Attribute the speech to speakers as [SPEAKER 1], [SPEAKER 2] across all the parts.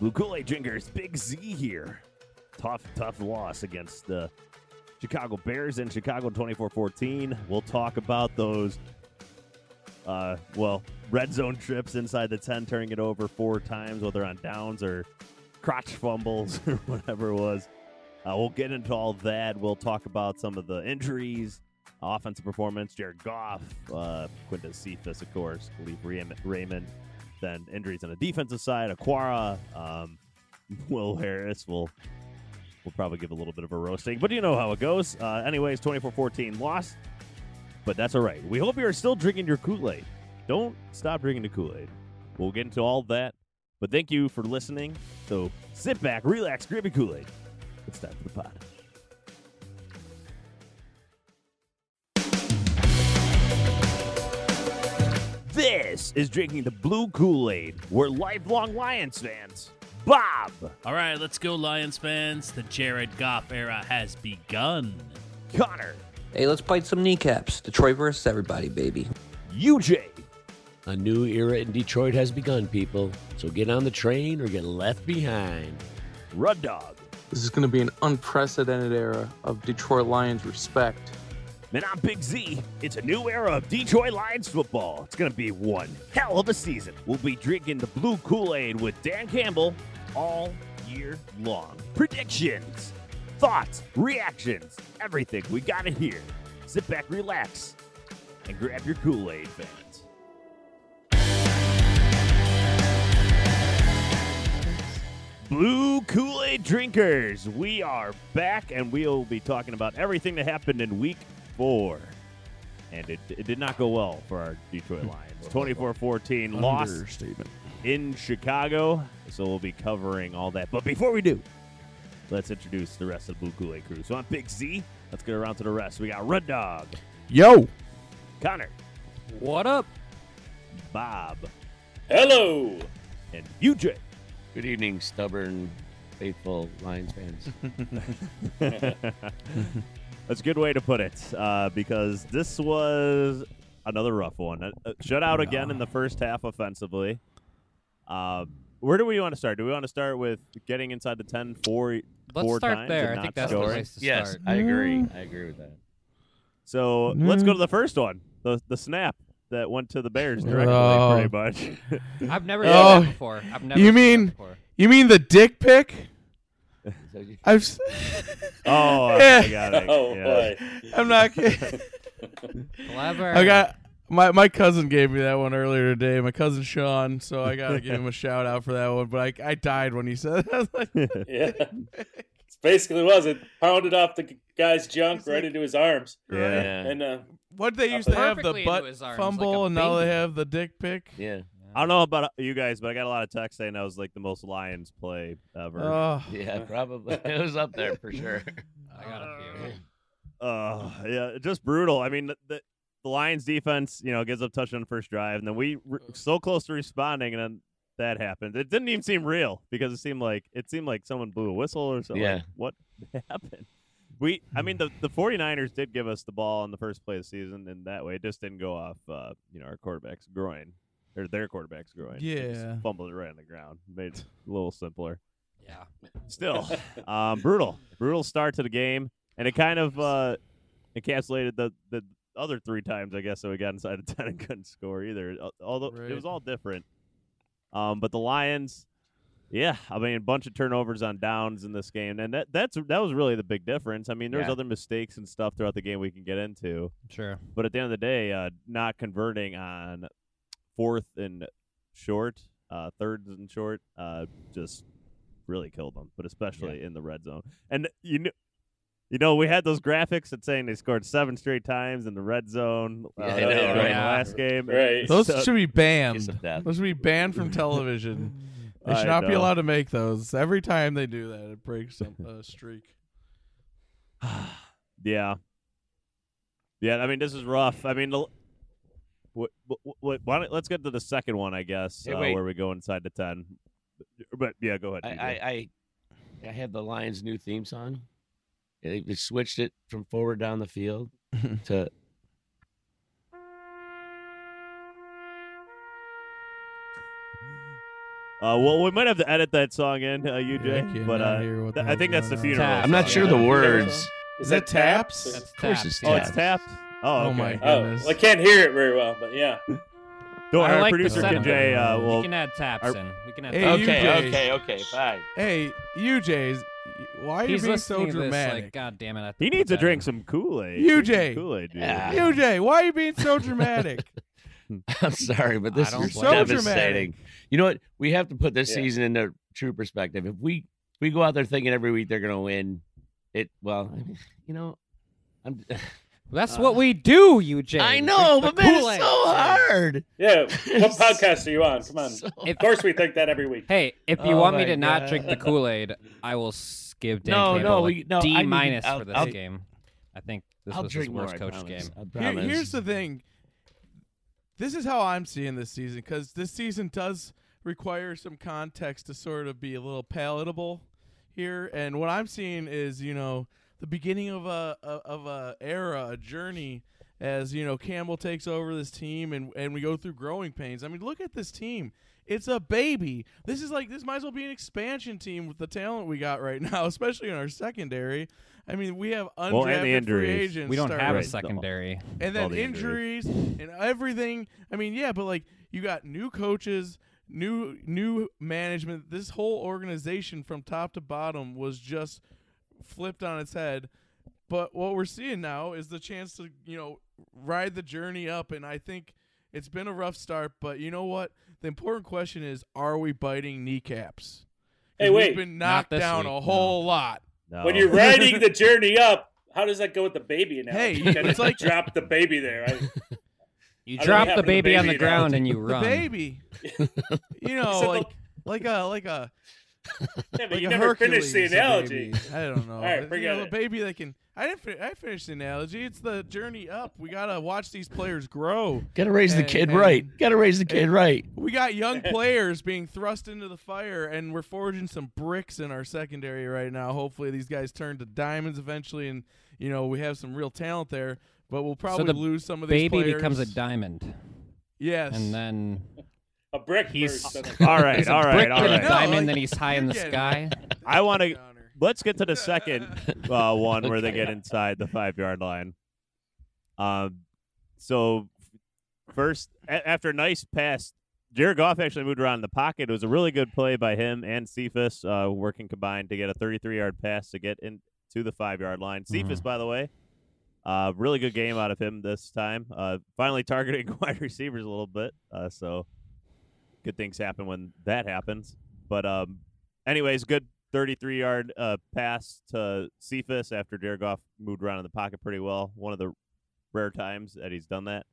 [SPEAKER 1] Blue Kool-Aid drinkers, Big Z here. Tough, tough loss against the Chicago Bears in Chicago 24-14. We'll talk about those, uh, well, red zone trips inside the 10, turning it over four times, whether on downs or crotch fumbles or whatever it was. Uh, we'll get into all that. We'll talk about some of the injuries, offensive performance, Jared Goff, uh, Quintus Cephas, of course, Khalif Raymond, then injuries on the defensive side, Aquara, um, Will Harris will will probably give a little bit of a roasting, but you know how it goes. Uh, anyways, 24-14 loss, but that's all right. We hope you are still drinking your Kool-Aid. Don't stop drinking the Kool-Aid. We'll get into all that, but thank you for listening. So sit back, relax, grab your Kool-Aid. It's time for the pod. This is drinking the blue Kool Aid. We're lifelong Lions fans. Bob,
[SPEAKER 2] All right, let's go, Lions fans. The Jared Goff era has begun.
[SPEAKER 1] Connor,
[SPEAKER 3] Hey, let's bite some kneecaps. Detroit versus everybody, baby.
[SPEAKER 1] UJ,
[SPEAKER 4] A new era in Detroit has begun, people. So get on the train or get left behind.
[SPEAKER 1] Rud Dog,
[SPEAKER 5] This is going to be an unprecedented era of Detroit Lions respect.
[SPEAKER 1] and I'm Big Z. It's a new era of Detroit Lions football. It's going to be one hell of a season. We'll be drinking the blue Kool Aid with Dan Campbell all year long. Predictions, thoughts, reactions, everything. We got it here. Sit back, relax, and grab your Kool Aid, fans. Blue Kool Aid drinkers, we are back and we'll be talking about everything that happened in week four. And it, it did not go well for our Detroit Lions. 24 14 loss
[SPEAKER 6] Hmm. Understatement.
[SPEAKER 1] in Chicago. So we'll be covering all that. But before we do, let's introduce the rest of the Blue Kool Aid crew. So I'm Big Z. Let's get around to the rest. We got Red Dog,
[SPEAKER 6] Yo,
[SPEAKER 1] Connor,
[SPEAKER 3] What up?
[SPEAKER 1] Bob,
[SPEAKER 2] Hello.
[SPEAKER 1] and UJ.
[SPEAKER 7] Good evening, stubborn, faithful Lions fans.
[SPEAKER 1] That's a good way to put it, uh, because this was another rough one. Uh, uh, shut out again in the first half offensively. Uh, where do we want to start? Do we want to start with getting inside the 10 four,
[SPEAKER 8] Let's
[SPEAKER 1] four
[SPEAKER 8] start
[SPEAKER 1] times
[SPEAKER 8] there.
[SPEAKER 1] and
[SPEAKER 8] I
[SPEAKER 1] not
[SPEAKER 8] think that's the
[SPEAKER 1] scoring?
[SPEAKER 8] place to
[SPEAKER 7] yes,
[SPEAKER 8] start.
[SPEAKER 7] I agree. I agree with that.
[SPEAKER 1] So let's go to the first one, the the snap that went to the Bears directly,
[SPEAKER 6] Oh.
[SPEAKER 1] pretty much.
[SPEAKER 8] I've never
[SPEAKER 6] Oh,
[SPEAKER 8] seen that before. I've never
[SPEAKER 6] you
[SPEAKER 8] seen that
[SPEAKER 6] mean-
[SPEAKER 8] before.
[SPEAKER 6] you mean the dick pic?
[SPEAKER 7] So you-
[SPEAKER 6] I've, s-
[SPEAKER 1] oh, I got it.
[SPEAKER 9] Oh
[SPEAKER 1] Yeah.
[SPEAKER 9] boy!
[SPEAKER 6] I'm not kidding.
[SPEAKER 8] clever?
[SPEAKER 6] I got my my cousin gave me that one earlier today. My cousin Sean, so I gotta give him a shout out for that one. But I I died when he said that. I was like,
[SPEAKER 9] Yeah, it's basically was it pounded off the guy's junk
[SPEAKER 6] He's
[SPEAKER 9] right
[SPEAKER 6] like-
[SPEAKER 9] into his arms,
[SPEAKER 1] Yeah.
[SPEAKER 7] Yeah.
[SPEAKER 9] and uh,
[SPEAKER 6] what they used to have
[SPEAKER 8] Perfectly
[SPEAKER 6] the
[SPEAKER 8] into
[SPEAKER 6] butt
[SPEAKER 8] his arms, like a
[SPEAKER 6] fumble, and now they
[SPEAKER 8] baby.
[SPEAKER 6] have the dick pic.
[SPEAKER 7] Yeah.
[SPEAKER 1] I don't know about you guys, but I got a lot of texts saying that was like the most Lions play ever.
[SPEAKER 6] Oh,
[SPEAKER 7] Yeah, probably. It was up there for sure.
[SPEAKER 8] I got a few.
[SPEAKER 1] Uh, yeah, just brutal. I mean, the, the, the Lions defense, you know, gives up touchdown on the first drive, and then we were so close to responding, and then that happened. It didn't even seem real because it seemed like it seemed like someone blew a whistle or something.
[SPEAKER 7] Yeah.
[SPEAKER 1] Like, what happened? We, I mean, the the 49ers did give us the ball on the first play of the season, and that way it just didn't go off, uh, you know, our quarterback's groin or their quarterback's groin. They just
[SPEAKER 6] Yeah.
[SPEAKER 1] fumbled it right on the ground. Made it a little simpler.
[SPEAKER 8] Yeah.
[SPEAKER 1] Still, um, brutal, brutal start to the game, and it kind of uh, encapsulated the the other three times I guess that we got inside of ten and couldn't score either. Al- Although
[SPEAKER 6] Right.
[SPEAKER 1] it was all different, um, but the Lions, yeah, I mean, a bunch of turnovers on downs in this game, and that that's that was really the big difference. I mean, there's
[SPEAKER 7] Yeah.
[SPEAKER 1] other mistakes and stuff throughout the game we can get into,
[SPEAKER 8] Sure.
[SPEAKER 1] but at the end of the day, uh, not converting on fourth and short, uh, thirds and short, uh, just really killed them. But especially in the red zone, and you knew You know, we had those graphics that saying they scored seven straight times in the red zone. uh,
[SPEAKER 7] Yeah, I know,
[SPEAKER 1] during the
[SPEAKER 7] right?
[SPEAKER 1] Last game,
[SPEAKER 9] Right.
[SPEAKER 6] Those
[SPEAKER 1] So-
[SPEAKER 6] should be
[SPEAKER 7] Kiss
[SPEAKER 6] banned.
[SPEAKER 7] of death.
[SPEAKER 6] Those should be banned from television. They
[SPEAKER 1] I
[SPEAKER 6] should not be
[SPEAKER 1] know.
[SPEAKER 6] allowed to make those. Every time they do that, it breaks some uh, streak.
[SPEAKER 1] Yeah. Yeah, I mean, this is rough. I mean, the, what, what, what, why don't, let's get to the second one, I guess,
[SPEAKER 7] Hey,
[SPEAKER 1] uh,
[SPEAKER 7] wait.
[SPEAKER 1] where we go inside the 10. But yeah, go ahead.
[SPEAKER 7] I,
[SPEAKER 1] DJ.
[SPEAKER 7] I, I, I have the Lions' new theme song. They, they switched it from forward down the field to.
[SPEAKER 1] uh, well, we might have to edit that song in, uh, you,
[SPEAKER 6] Yeah, I
[SPEAKER 1] Jay.
[SPEAKER 6] can't
[SPEAKER 1] but
[SPEAKER 6] not
[SPEAKER 1] uh,
[SPEAKER 6] hear what the
[SPEAKER 1] th- I
[SPEAKER 6] hell's
[SPEAKER 1] think that's the
[SPEAKER 6] going on.
[SPEAKER 1] funeral.
[SPEAKER 7] I'm not
[SPEAKER 1] song,
[SPEAKER 7] sure
[SPEAKER 1] yeah.
[SPEAKER 7] the
[SPEAKER 9] Yeah.
[SPEAKER 7] words.
[SPEAKER 6] Is that taps?
[SPEAKER 9] That's-
[SPEAKER 7] Of course, it's
[SPEAKER 1] Oh, it's tapped? Oh,
[SPEAKER 6] Oh
[SPEAKER 1] okay.
[SPEAKER 6] my
[SPEAKER 9] Oh,
[SPEAKER 6] goodness.
[SPEAKER 9] well, I can't hear it very well, but yeah.
[SPEAKER 1] Don't worry,
[SPEAKER 8] I
[SPEAKER 1] our
[SPEAKER 8] like the
[SPEAKER 1] producer
[SPEAKER 8] setup.
[SPEAKER 1] Jay uh,
[SPEAKER 8] we
[SPEAKER 1] will.
[SPEAKER 8] can add taps
[SPEAKER 1] are-
[SPEAKER 8] in. We can add.
[SPEAKER 6] Hey,
[SPEAKER 8] taps.
[SPEAKER 6] you
[SPEAKER 7] okay,
[SPEAKER 6] Jay.
[SPEAKER 7] okay, okay, fine.
[SPEAKER 6] Hey, you Jays, why are you
[SPEAKER 8] He's
[SPEAKER 6] being so
[SPEAKER 8] listening to this. Like,
[SPEAKER 6] dramatic?
[SPEAKER 8] God damn it! I have
[SPEAKER 1] He
[SPEAKER 8] put
[SPEAKER 1] needs to
[SPEAKER 8] that
[SPEAKER 1] drink
[SPEAKER 8] in."
[SPEAKER 1] some Kool Aid.
[SPEAKER 6] You, Jay.
[SPEAKER 1] Kool Aid, dude.
[SPEAKER 7] Yeah.
[SPEAKER 6] you Jay, why are you being so dramatic?
[SPEAKER 7] I'm sorry, but
[SPEAKER 8] I
[SPEAKER 7] this
[SPEAKER 8] don't
[SPEAKER 7] is
[SPEAKER 8] blame you.
[SPEAKER 6] You're so
[SPEAKER 7] devastating. You know what? We have to put this
[SPEAKER 9] Yeah.
[SPEAKER 7] season into true perspective. If we if we go out there thinking every week they're going to win, it well, I mean, you know, I'm.
[SPEAKER 8] That's
[SPEAKER 7] Uh,
[SPEAKER 8] what we do, UJ.
[SPEAKER 7] I know,
[SPEAKER 8] The
[SPEAKER 7] but man, it's
[SPEAKER 8] Kool-Aid.
[SPEAKER 7] so hard.
[SPEAKER 9] Yeah. What podcast are you on? Come on.
[SPEAKER 7] So
[SPEAKER 9] Of course, we think that every week.
[SPEAKER 8] Hey, if you
[SPEAKER 7] Oh
[SPEAKER 8] want me
[SPEAKER 7] my
[SPEAKER 8] to not drink the
[SPEAKER 7] God.
[SPEAKER 8] Kool Aid, I will s- give Dan
[SPEAKER 7] No,
[SPEAKER 8] Campbell
[SPEAKER 7] no,
[SPEAKER 8] a
[SPEAKER 7] we- no, I
[SPEAKER 8] D
[SPEAKER 7] need-
[SPEAKER 8] minus
[SPEAKER 7] I'll-
[SPEAKER 8] for this
[SPEAKER 7] I'll-
[SPEAKER 8] game. I think this
[SPEAKER 7] I'll
[SPEAKER 8] was his
[SPEAKER 7] drink
[SPEAKER 8] worst
[SPEAKER 7] more, I
[SPEAKER 8] coach
[SPEAKER 7] promise.
[SPEAKER 8] game.
[SPEAKER 7] I
[SPEAKER 6] Here-
[SPEAKER 7] promise.
[SPEAKER 6] here's the thing. This is how I'm seeing this season because this season does require some context to sort of be a little palatable here. And what I'm seeing is, you know, the beginning of a a- of a era, a journey. As you know, Campbell takes over this team, and and we go through growing pains. I mean, look at this team. It's a baby. This is like this might as well be an expansion team with the talent we got right now, especially in our secondary. I mean, we have undrafted
[SPEAKER 1] Well, and the
[SPEAKER 6] free
[SPEAKER 1] injuries.
[SPEAKER 6] agents.
[SPEAKER 8] We don't
[SPEAKER 6] start
[SPEAKER 8] have
[SPEAKER 1] Right,
[SPEAKER 8] a
[SPEAKER 1] no.
[SPEAKER 8] secondary.
[SPEAKER 6] and
[SPEAKER 1] all
[SPEAKER 6] then
[SPEAKER 1] the
[SPEAKER 6] injuries and everything. I mean, yeah, but like you got new coaches, new new management. This whole organization from top to bottom was just flipped on its head. But what we're seeing now is the chance to, you know, ride the journey up and I think it's been a rough start, but you know what? The important question is are we biting kneecaps? 'Cause
[SPEAKER 9] Hey, wait.
[SPEAKER 6] We've been knocked
[SPEAKER 8] this
[SPEAKER 6] down
[SPEAKER 8] week,
[SPEAKER 6] a
[SPEAKER 8] no.
[SPEAKER 6] whole lot.
[SPEAKER 1] No.
[SPEAKER 9] When you're riding the journey up, how does that go with the baby now?
[SPEAKER 6] Hey,
[SPEAKER 9] you kinda
[SPEAKER 6] it's like-
[SPEAKER 9] drop the baby there. I,
[SPEAKER 8] You
[SPEAKER 9] I don't
[SPEAKER 8] drop
[SPEAKER 9] have
[SPEAKER 8] the
[SPEAKER 9] the
[SPEAKER 8] baby on
[SPEAKER 9] baby
[SPEAKER 8] the
[SPEAKER 9] now.
[SPEAKER 8] ground and you
[SPEAKER 6] The
[SPEAKER 8] run.
[SPEAKER 6] baby. you know,
[SPEAKER 9] So the-
[SPEAKER 6] like like a like a
[SPEAKER 9] yeah, but
[SPEAKER 6] like
[SPEAKER 9] you
[SPEAKER 6] a
[SPEAKER 9] never
[SPEAKER 6] Hercules,
[SPEAKER 9] finished the
[SPEAKER 6] a
[SPEAKER 9] analogy.
[SPEAKER 6] baby. I don't know.
[SPEAKER 9] All right,
[SPEAKER 6] You
[SPEAKER 9] forget
[SPEAKER 6] know,
[SPEAKER 9] it.
[SPEAKER 6] A baby that can. I didn't. Fin- I finished the analogy. It's the journey up. We gotta watch these players grow.
[SPEAKER 7] Gotta raise the
[SPEAKER 6] And-
[SPEAKER 7] kid
[SPEAKER 6] and-
[SPEAKER 7] right. Gotta raise the kid right.
[SPEAKER 6] We got young players being thrust into the fire, and we're forging some bricks in our secondary right now. Hopefully, these guys turn to diamonds eventually, and you know we have some real talent there. But we'll probably
[SPEAKER 8] the
[SPEAKER 6] lose some of these
[SPEAKER 8] baby
[SPEAKER 6] players.
[SPEAKER 8] becomes a diamond,
[SPEAKER 6] yes.
[SPEAKER 8] and then
[SPEAKER 9] A brick
[SPEAKER 8] He's-
[SPEAKER 9] first. and
[SPEAKER 1] all right,
[SPEAKER 8] he's a
[SPEAKER 1] all right,
[SPEAKER 8] brick
[SPEAKER 1] all
[SPEAKER 8] then
[SPEAKER 6] No,
[SPEAKER 8] a
[SPEAKER 1] right.
[SPEAKER 6] di-
[SPEAKER 8] diamond,
[SPEAKER 6] like-
[SPEAKER 8] then he's high in the
[SPEAKER 6] Again.
[SPEAKER 8] sky.
[SPEAKER 1] I want to.
[SPEAKER 6] Downer.
[SPEAKER 1] Let's get to the second uh, one where they get inside the five yard line. Um, so first, a- after a nice pass, Jared Goff actually moved around in the pocket. It was a really good play by him and Cephas, uh, working combined to get a 33 yard pass to get in to the five yard line. Cephas, by the way, uh, really good game out of him this time. Uh, finally targeting wide receivers a little bit. Uh, so good things happen when that happens. But um, anyways, good 33 yard uh, pass to Cephas after Jared Goff moved around in the pocket pretty well. One of the rare times that he's done that.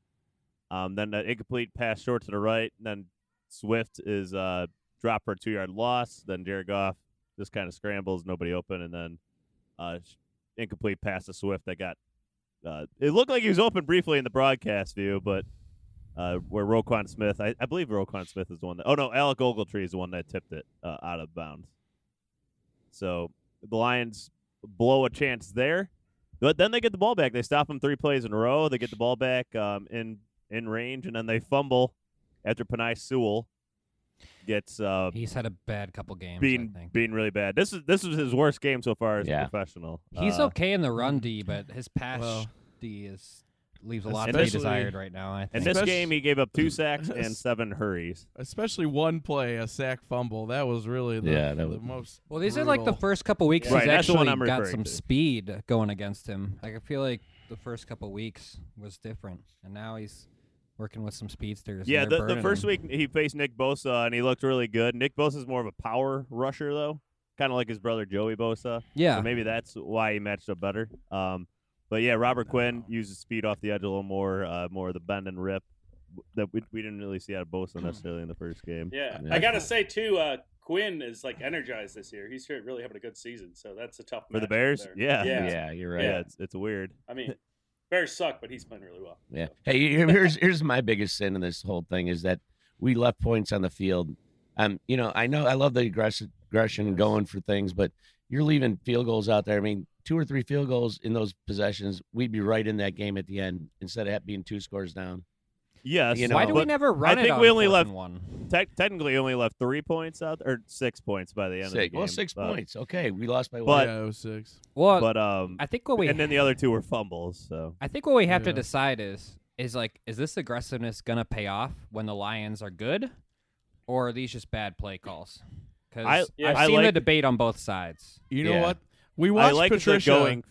[SPEAKER 1] Um, then an incomplete pass short to the right. And then Swift is uh, dropped for a two yard loss. Then Jared Goff just kind of scrambles, nobody open, and then uh, sh- incomplete pass to Swift that got. Uh, it looked like he was open briefly in the broadcast view, but uh, where Roquan Smith, I, I believe Roquan Smith is the one that. Oh no, Alec Ogletree is the one that tipped it uh, out of bounds. So the Lions blow a chance there, but then they get the ball back. They stop them three plays in a row. They get the ball back um, in in range, and then they fumble after Panay Sewell gets uh,
[SPEAKER 8] He's had a bad couple games.
[SPEAKER 1] being
[SPEAKER 8] I think.
[SPEAKER 1] being really bad. This is this is his worst game so far as
[SPEAKER 7] Yeah.
[SPEAKER 1] a professional.
[SPEAKER 8] He's
[SPEAKER 1] Uh,
[SPEAKER 8] okay in the run D, but his pass
[SPEAKER 6] well,
[SPEAKER 8] D is leaves a lot to be
[SPEAKER 1] especially-
[SPEAKER 8] desired right now. I
[SPEAKER 1] In
[SPEAKER 8] think.
[SPEAKER 1] this
[SPEAKER 6] Especially-
[SPEAKER 1] game, he gave up two sacks and seven hurries.
[SPEAKER 6] especially one play, a sack fumble. That was really the,
[SPEAKER 7] Yeah, that
[SPEAKER 6] the
[SPEAKER 7] was-
[SPEAKER 6] most.
[SPEAKER 8] Well, these are like the
[SPEAKER 6] brutal.
[SPEAKER 8] first couple weeks
[SPEAKER 1] Right,
[SPEAKER 8] he's
[SPEAKER 1] that's the
[SPEAKER 8] actually
[SPEAKER 1] one I'm
[SPEAKER 8] got
[SPEAKER 1] referring
[SPEAKER 8] some
[SPEAKER 1] to.
[SPEAKER 8] speed going against him. Like I feel like the first couple weeks was different, and now he's working with some speedsters. and
[SPEAKER 1] Yeah,
[SPEAKER 8] they're
[SPEAKER 1] the, the
[SPEAKER 8] burning
[SPEAKER 1] first
[SPEAKER 8] him.
[SPEAKER 1] week he faced Nick Bosa and he looked really good. Nick Bosa is more of a power rusher though, kind of like his brother Joey Bosa.
[SPEAKER 8] Yeah.
[SPEAKER 1] So maybe that's why he matched up better. Um, but yeah, Robert Quinn uses speed off the edge a little more, uh, more of the bend and rip that we, we didn't really see out of Bosa necessarily in the first game.
[SPEAKER 9] Yeah, I gotta say too, uh, Quinn is like energized this year. He's really having a good season, so that's a tough
[SPEAKER 1] for the
[SPEAKER 9] matchup
[SPEAKER 1] Bears.
[SPEAKER 9] there.
[SPEAKER 1] Yeah.
[SPEAKER 9] yeah,
[SPEAKER 7] you're
[SPEAKER 9] right. Yeah.
[SPEAKER 1] it's, it's weird.
[SPEAKER 9] I mean, Bears suck, but he's playing really well.
[SPEAKER 7] Yeah. Hey, here- here's here's my biggest sin in this whole thing is that we left points on the field. Um, you know, I know I love the aggress- aggression going for things, but you're leaving field goals out there. I mean, two or three field goals in those possessions, we'd be right in that game at the end instead of being two scores down.
[SPEAKER 1] Yes.
[SPEAKER 7] You know, Why do we
[SPEAKER 1] but
[SPEAKER 7] never run
[SPEAKER 1] I
[SPEAKER 7] it
[SPEAKER 1] think
[SPEAKER 7] on
[SPEAKER 1] we only
[SPEAKER 7] fourth
[SPEAKER 1] left
[SPEAKER 7] and
[SPEAKER 1] one. Tec- technically, only left three points out or six points by the end of the
[SPEAKER 7] Six.
[SPEAKER 1] game.
[SPEAKER 7] Well, six
[SPEAKER 1] but-
[SPEAKER 7] points. Okay, we lost by one.
[SPEAKER 1] But
[SPEAKER 6] Yeah, it was six.
[SPEAKER 8] Well,
[SPEAKER 1] but um,
[SPEAKER 8] I think what we
[SPEAKER 1] and then the other two were fumbles. So
[SPEAKER 8] I think what we have to
[SPEAKER 6] Yeah.
[SPEAKER 8] decide is is like is this aggressiveness gonna pay off when the Lions are good, or are these just bad play calls? Because
[SPEAKER 1] I-
[SPEAKER 8] I've
[SPEAKER 1] Yeah. I
[SPEAKER 8] seen the
[SPEAKER 1] like-
[SPEAKER 8] debate on both sides.
[SPEAKER 6] You know
[SPEAKER 1] Yeah.
[SPEAKER 6] what? We
[SPEAKER 1] I
[SPEAKER 6] watched
[SPEAKER 1] like that they're
[SPEAKER 6] Patricia.
[SPEAKER 1] going-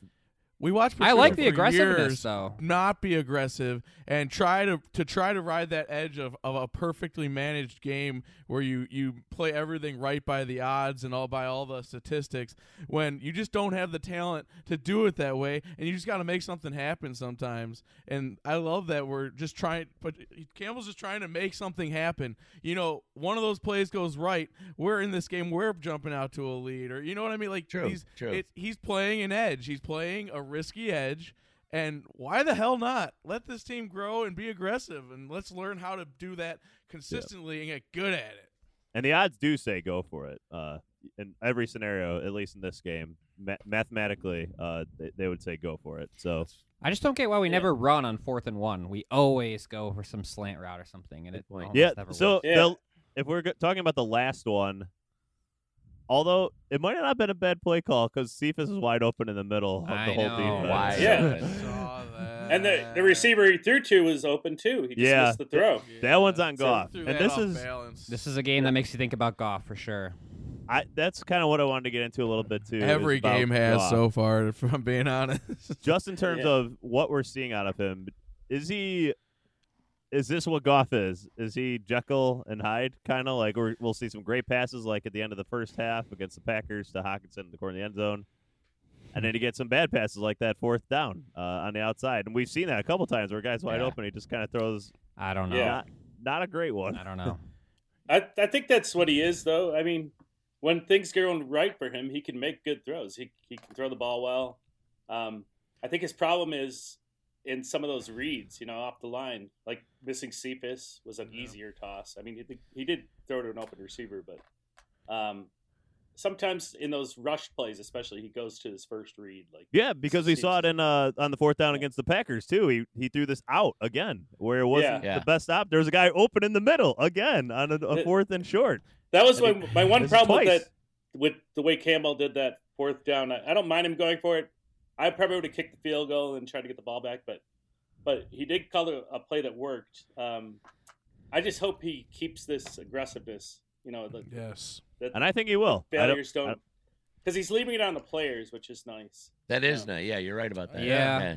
[SPEAKER 6] We watched. Patricia
[SPEAKER 8] I like the
[SPEAKER 6] for
[SPEAKER 8] aggressiveness,
[SPEAKER 6] years
[SPEAKER 8] though.
[SPEAKER 6] Not be aggressive and try to to try to ride that edge of, of a perfectly managed game where you you play everything right by the odds and all by all the statistics. When you just don't have the talent to do it that way, and you just got to make something happen sometimes. And I love that we're just trying. But Campbell's just trying to make something happen. You know, one of those plays goes right. We're in this game. We're jumping out to a lead, or you know what I mean? Like
[SPEAKER 7] True,
[SPEAKER 6] these-
[SPEAKER 7] true.
[SPEAKER 6] it- he's playing an edge. He's playing a risky edge. And why the hell not? Let this team grow and be aggressive, and let's learn how to do that consistently and get good at it.
[SPEAKER 1] and the odds do say go for it. Uh, in every scenario, at least in this game, ma- mathematically, uh, they, they would say go for it. So
[SPEAKER 8] I just don't get why we never run on fourth and one. We always go for some slant route or something, and it almost
[SPEAKER 1] yeah.
[SPEAKER 8] never
[SPEAKER 1] So
[SPEAKER 8] works.
[SPEAKER 1] the- if we're go- talking about the last one, although it might not have been a bad play call because Cephas is wide open in the middle of
[SPEAKER 8] I
[SPEAKER 1] the whole
[SPEAKER 8] know,
[SPEAKER 1] defense.
[SPEAKER 7] wide
[SPEAKER 9] Yeah.
[SPEAKER 6] Saw that.
[SPEAKER 9] And the, the receiver he threw to was open too. He just
[SPEAKER 1] Yeah.
[SPEAKER 9] missed the throw.
[SPEAKER 1] That one's on
[SPEAKER 6] So
[SPEAKER 1] Goff,
[SPEAKER 6] threw
[SPEAKER 1] and
[SPEAKER 6] that
[SPEAKER 1] this
[SPEAKER 6] off
[SPEAKER 1] is
[SPEAKER 6] balance.
[SPEAKER 8] this is a game that makes you think about golf for sure.
[SPEAKER 1] I, that's kind of what I wanted to get into a little bit too. is
[SPEAKER 6] every
[SPEAKER 1] about
[SPEAKER 6] game has
[SPEAKER 1] Goff.
[SPEAKER 6] so far. If I'm being honest,
[SPEAKER 1] just in terms
[SPEAKER 9] Yeah.
[SPEAKER 1] of what we're seeing out of him, is he? Is this what Goff is? Is he Jekyll and Hyde kind of like? We're, we'll see some great passes like at the end of the first half against the Packers to Hawkinson in the corner of the end zone, and then he gets some bad passes like that fourth down uh, on the outside, and we've seen that a couple times where guys wide
[SPEAKER 8] Yeah.
[SPEAKER 1] open, he just kind of throws
[SPEAKER 8] I don't know.
[SPEAKER 9] Yeah.
[SPEAKER 1] not not a great one.
[SPEAKER 8] I don't know.
[SPEAKER 9] I, I think that's what he is, though. I mean, when things go right for him, he can make good throws. He, he can throw the ball well. Um, I think his problem is in some of those reads, you know, off the line, like missing Cephas was an easier toss. I mean, he, he did throw to an open receiver, but um, sometimes in those rush plays, especially, he goes to his first read. Like,
[SPEAKER 1] Yeah, because we
[SPEAKER 9] Seems-
[SPEAKER 1] saw it in uh on the fourth down against the Packers too. He he threw this out again where it wasn't
[SPEAKER 7] Yeah. Yeah.
[SPEAKER 1] the best op. There was a guy open in the middle again on a, a
[SPEAKER 9] It-
[SPEAKER 1] fourth and short.
[SPEAKER 9] That was
[SPEAKER 1] I
[SPEAKER 9] my,
[SPEAKER 1] mean,
[SPEAKER 9] my one
[SPEAKER 1] this is
[SPEAKER 9] problem with
[SPEAKER 1] twice.
[SPEAKER 9] that with the way Campbell did that fourth down. I, I don't mind him going for it. I probably would have kicked the field goal and tried to get the ball back, but but he did call a, a play that worked. Um, I just hope he keeps this aggressiveness. You know, the,
[SPEAKER 6] yes.
[SPEAKER 9] that
[SPEAKER 1] And I think he will. I don't-
[SPEAKER 9] failures
[SPEAKER 1] I
[SPEAKER 9] don't because he's leaving it on the players, which is nice.
[SPEAKER 7] that is not. Yeah, you're right about that.
[SPEAKER 8] Yeah.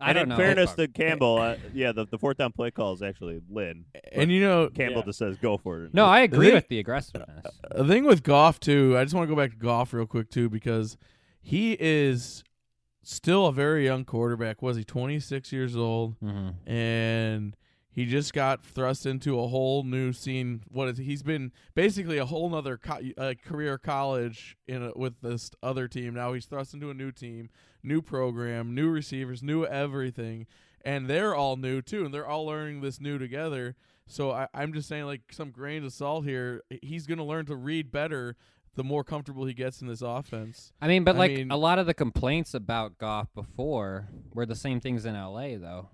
[SPEAKER 8] I
[SPEAKER 1] and
[SPEAKER 8] don't
[SPEAKER 1] in
[SPEAKER 8] know.
[SPEAKER 1] fairness to Campbell, uh, yeah, the, the fourth down play call is actually Lynn.
[SPEAKER 6] And you know,
[SPEAKER 1] Campbell
[SPEAKER 9] Yeah.
[SPEAKER 1] just says go for it.
[SPEAKER 8] no, I agree
[SPEAKER 6] They-
[SPEAKER 8] with the aggressiveness.
[SPEAKER 6] the thing with Goff too, I just want to go back to Goff real quick too because he is still a very young quarterback. Was he 26 years old?
[SPEAKER 8] Mm-hmm.
[SPEAKER 6] and he just got thrust into a whole new scene. What is he's been basically a whole nother co- uh, career college in a, with this other team. Now he's thrust into a new team, new program, new receivers, new everything, and they're all new too, and they're all learning this new together. So I, I'm just saying, like some grains of salt here. He's going to learn to read better the more comfortable he gets in this offense.
[SPEAKER 8] I mean, but
[SPEAKER 6] I
[SPEAKER 8] like
[SPEAKER 6] mean-
[SPEAKER 8] a lot of the complaints about Goff before were the same things in LA, though.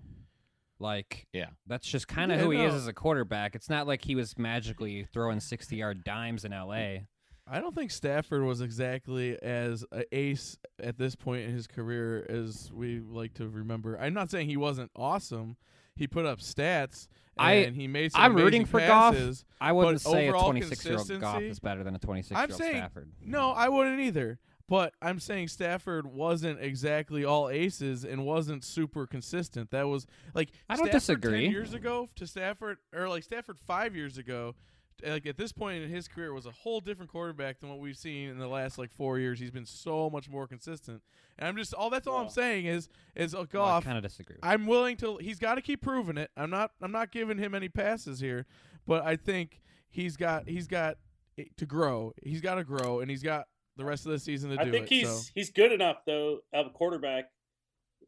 [SPEAKER 8] Like,
[SPEAKER 7] Yeah.
[SPEAKER 8] that's just kind of
[SPEAKER 6] Yeah,
[SPEAKER 8] who he is
[SPEAKER 6] no.
[SPEAKER 8] as a quarterback. It's not like he was magically throwing sixty-yard dimes in LA.
[SPEAKER 6] I don't think Stafford was exactly as a ace at this point in his career as we like to remember. I'm not saying he wasn't awesome. He put up stats
[SPEAKER 8] I-
[SPEAKER 6] and he made some
[SPEAKER 8] I'm rooting
[SPEAKER 6] amazing
[SPEAKER 8] for Goff.
[SPEAKER 6] passes.
[SPEAKER 8] I wouldn't say a
[SPEAKER 6] overall
[SPEAKER 8] twenty-six-year-old Goff
[SPEAKER 6] consistency-
[SPEAKER 8] is better than a
[SPEAKER 6] I'm
[SPEAKER 8] twenty-six-year-old
[SPEAKER 6] saying
[SPEAKER 8] Stafford.
[SPEAKER 6] no, I wouldn't either. But I'm saying Stafford wasn't exactly all aces and wasn't super consistent. That was like
[SPEAKER 8] I don't
[SPEAKER 6] Stafford 10
[SPEAKER 8] disagree.
[SPEAKER 6] years ago to Stafford, or like Stafford five years ago like at this point in his career was a whole different quarterback than what we've seen in the last like four years. He's been so much more consistent. And I'm just all that's all I'm saying is is uh,
[SPEAKER 8] Well, I
[SPEAKER 6] Goff.
[SPEAKER 8] kind of disagree. With
[SPEAKER 6] I'm willing to. He's got to keep proving it. I'm not. I'm not giving him any passes here, but I think he's got. He's got it to grow. He's got to grow, and he's got the rest of the season to
[SPEAKER 9] I
[SPEAKER 6] do
[SPEAKER 9] think
[SPEAKER 6] it.
[SPEAKER 9] he's
[SPEAKER 6] so.
[SPEAKER 9] he's good enough though of a quarterback.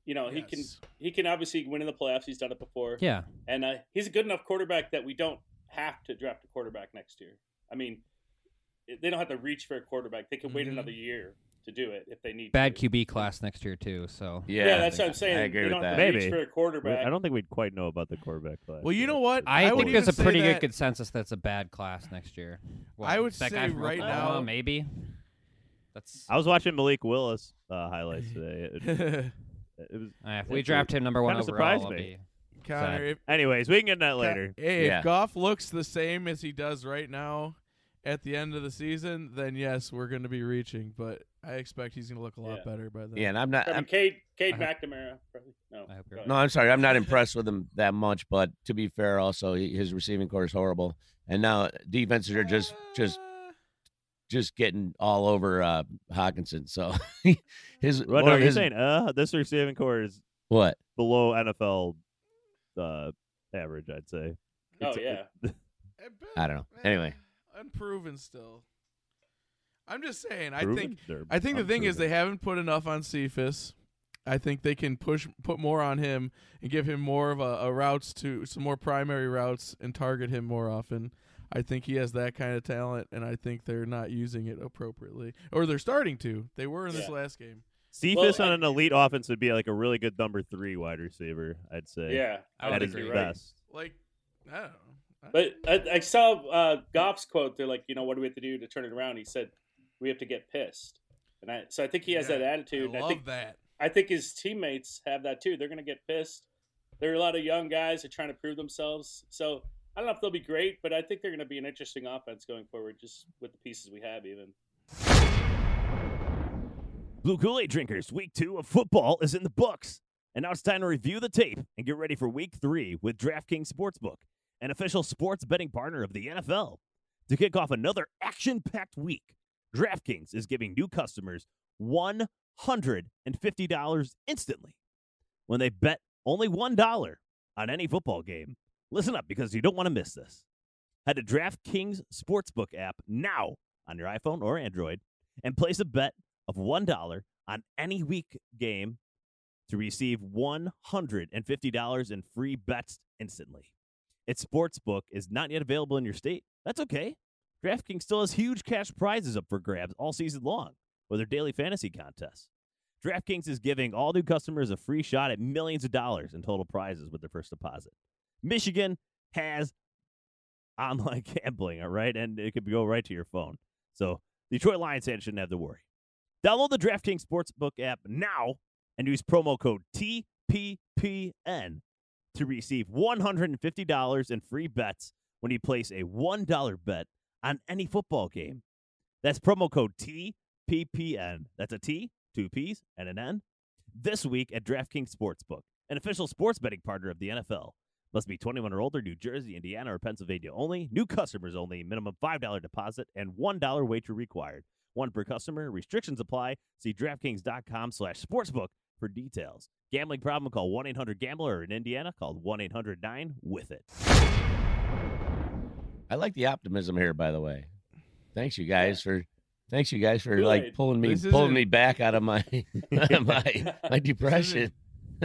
[SPEAKER 9] You know, he can
[SPEAKER 6] Yes.
[SPEAKER 9] he can obviously win in the playoffs. He's done it before.
[SPEAKER 8] Yeah.
[SPEAKER 9] and uh, he's a good enough quarterback that we don't have to draft a quarterback next year. I mean, they don't have to reach for a quarterback. They can wait
[SPEAKER 6] Mhm.
[SPEAKER 9] another year to do it if they need.
[SPEAKER 8] Bad
[SPEAKER 9] to.
[SPEAKER 8] QB class next year too. So
[SPEAKER 9] Yeah, that's what I'm saying.
[SPEAKER 7] I agree
[SPEAKER 9] you
[SPEAKER 7] with
[SPEAKER 9] don't have
[SPEAKER 7] that.
[SPEAKER 9] to reach
[SPEAKER 1] Maybe.
[SPEAKER 9] for a quarterback.
[SPEAKER 1] I don't think we'd quite know about the quarterback class.
[SPEAKER 6] Well, you know what?
[SPEAKER 8] I,
[SPEAKER 6] would
[SPEAKER 8] think there's a
[SPEAKER 6] even say
[SPEAKER 8] pretty
[SPEAKER 6] that-
[SPEAKER 8] good consensus that's a bad class next year. Well,
[SPEAKER 6] I would
[SPEAKER 8] that guy
[SPEAKER 6] say
[SPEAKER 8] from
[SPEAKER 6] right
[SPEAKER 8] Oklahoma,
[SPEAKER 6] now-
[SPEAKER 8] maybe. That's
[SPEAKER 1] I was watching Malik Willis uh, highlights today. It, it, it was,
[SPEAKER 8] Uh, if we
[SPEAKER 1] It-
[SPEAKER 8] draft him number one
[SPEAKER 1] kinda
[SPEAKER 8] overall,
[SPEAKER 1] surprised
[SPEAKER 8] I'll
[SPEAKER 1] me.
[SPEAKER 8] be
[SPEAKER 6] Connor, if,
[SPEAKER 1] anyways, we can get into that later.
[SPEAKER 6] Hey,
[SPEAKER 7] Yeah.
[SPEAKER 6] if Goff looks the same as he does right now at the end of the season, then yes, we're going to be reaching. But I expect he's going to look a lot
[SPEAKER 9] Yeah.
[SPEAKER 6] better by then.
[SPEAKER 7] Yeah, and I'm not.
[SPEAKER 9] I mean,
[SPEAKER 7] I'm,
[SPEAKER 9] Cade, Cade
[SPEAKER 8] I
[SPEAKER 9] McNamara. Probably. No.
[SPEAKER 8] I hope
[SPEAKER 9] Go
[SPEAKER 8] you're
[SPEAKER 9] ahead.
[SPEAKER 7] no, I'm sorry. I'm not impressed with him that much. But to be fair, also he- his receiving core is horrible, and now defenses are just just
[SPEAKER 6] Uh,
[SPEAKER 7] just getting all over uh Hawkinson. So his
[SPEAKER 1] Well,
[SPEAKER 7] one
[SPEAKER 1] no,
[SPEAKER 7] of
[SPEAKER 1] you're
[SPEAKER 7] his-
[SPEAKER 1] saying uh, this receiving core is
[SPEAKER 7] what?
[SPEAKER 1] below NFL uh, average, I'd say.
[SPEAKER 9] Oh
[SPEAKER 1] It's-
[SPEAKER 9] yeah.
[SPEAKER 6] I, bet-
[SPEAKER 7] I don't know. Anyway.
[SPEAKER 6] unproven still. I'm just saying. I
[SPEAKER 1] proven
[SPEAKER 6] think.
[SPEAKER 1] or
[SPEAKER 6] I think the thing is they
[SPEAKER 1] unproven?
[SPEAKER 6] haven't put enough on Cephas. I think they can push put more on him and give him more of a, a routes to some more primary routes and target him more often. I think he has that kind of talent, and I think they're not using it appropriately, or they're starting to. They were in this
[SPEAKER 9] Yeah.
[SPEAKER 6] last game.
[SPEAKER 1] Cephas
[SPEAKER 9] Well,
[SPEAKER 1] on
[SPEAKER 9] I-
[SPEAKER 1] an elite offense would be like a really good number three wide receiver, I'd say.
[SPEAKER 9] Yeah. I
[SPEAKER 1] that
[SPEAKER 9] would
[SPEAKER 1] is
[SPEAKER 9] agree.
[SPEAKER 1] his
[SPEAKER 9] Right.
[SPEAKER 1] best.
[SPEAKER 6] Like I don't know. I-
[SPEAKER 9] But I, I saw uh, Goff's quote. They're like, you know, what do we have to do to turn it around? He said, we have to get pissed. And I, so I think he has
[SPEAKER 6] Yeah,
[SPEAKER 9] that attitude. and
[SPEAKER 6] I
[SPEAKER 9] I
[SPEAKER 6] love
[SPEAKER 9] think
[SPEAKER 6] that.
[SPEAKER 9] I think his teammates have that too. They're going to get pissed. There are a lot of young guys that are trying to prove themselves. So I don't know if they'll be great, but I think they're going to be an interesting offense going forward, just with the pieces we have. Even
[SPEAKER 1] Blue Kool Aid drinkers, week two of football is in the books. And now it's time to review the tape and get ready for week three with DraftKings Sportsbook, an official sports betting partner of the NFL. To kick off another action packed week, DraftKings is giving new customers $150 instantly when they bet only $1 on any football game. Listen up because you don't want to miss this. Head to DraftKings Sportsbook app now on your iPhone or Android and place a bet of $1 on any week game to receive $150 in free bets instantly. Its sportsbook is not yet available in your state. That's okay. DraftKings still has huge cash prizes up for grabs all season long with their daily fantasy contests. DraftKings is giving all new customers a free shot at millions of dollars in total prizes with their first deposit. Michigan has online gambling, all right? And it could go right to your phone. So Detroit Lions fans shouldn't have to worry. Download the DraftKings Sportsbook app now and use promo code TPPN to receive $150 in free bets when you place a $1 bet on any football game. That's promo code TPPN. That's a T, two P's, and an N. This week at DraftKings Sportsbook, an official sports betting partner of the NFL. Must be 21 or older, New Jersey, Indiana, or Pennsylvania only. New customers only. Minimum $5 deposit and $1 wager required. One per customer. Restrictions apply. See DraftKings.com slash sportsbook for details. Gambling problem, call 1-800-GAMBLER or in Indiana, call 1-800-9-WITH-IT.
[SPEAKER 7] I like the optimism here. By the way, thanks you guys for thanks you guys for
[SPEAKER 9] Good.
[SPEAKER 7] like pulling me
[SPEAKER 6] This
[SPEAKER 7] pulling
[SPEAKER 6] isn't-
[SPEAKER 7] me back out of my my my depression.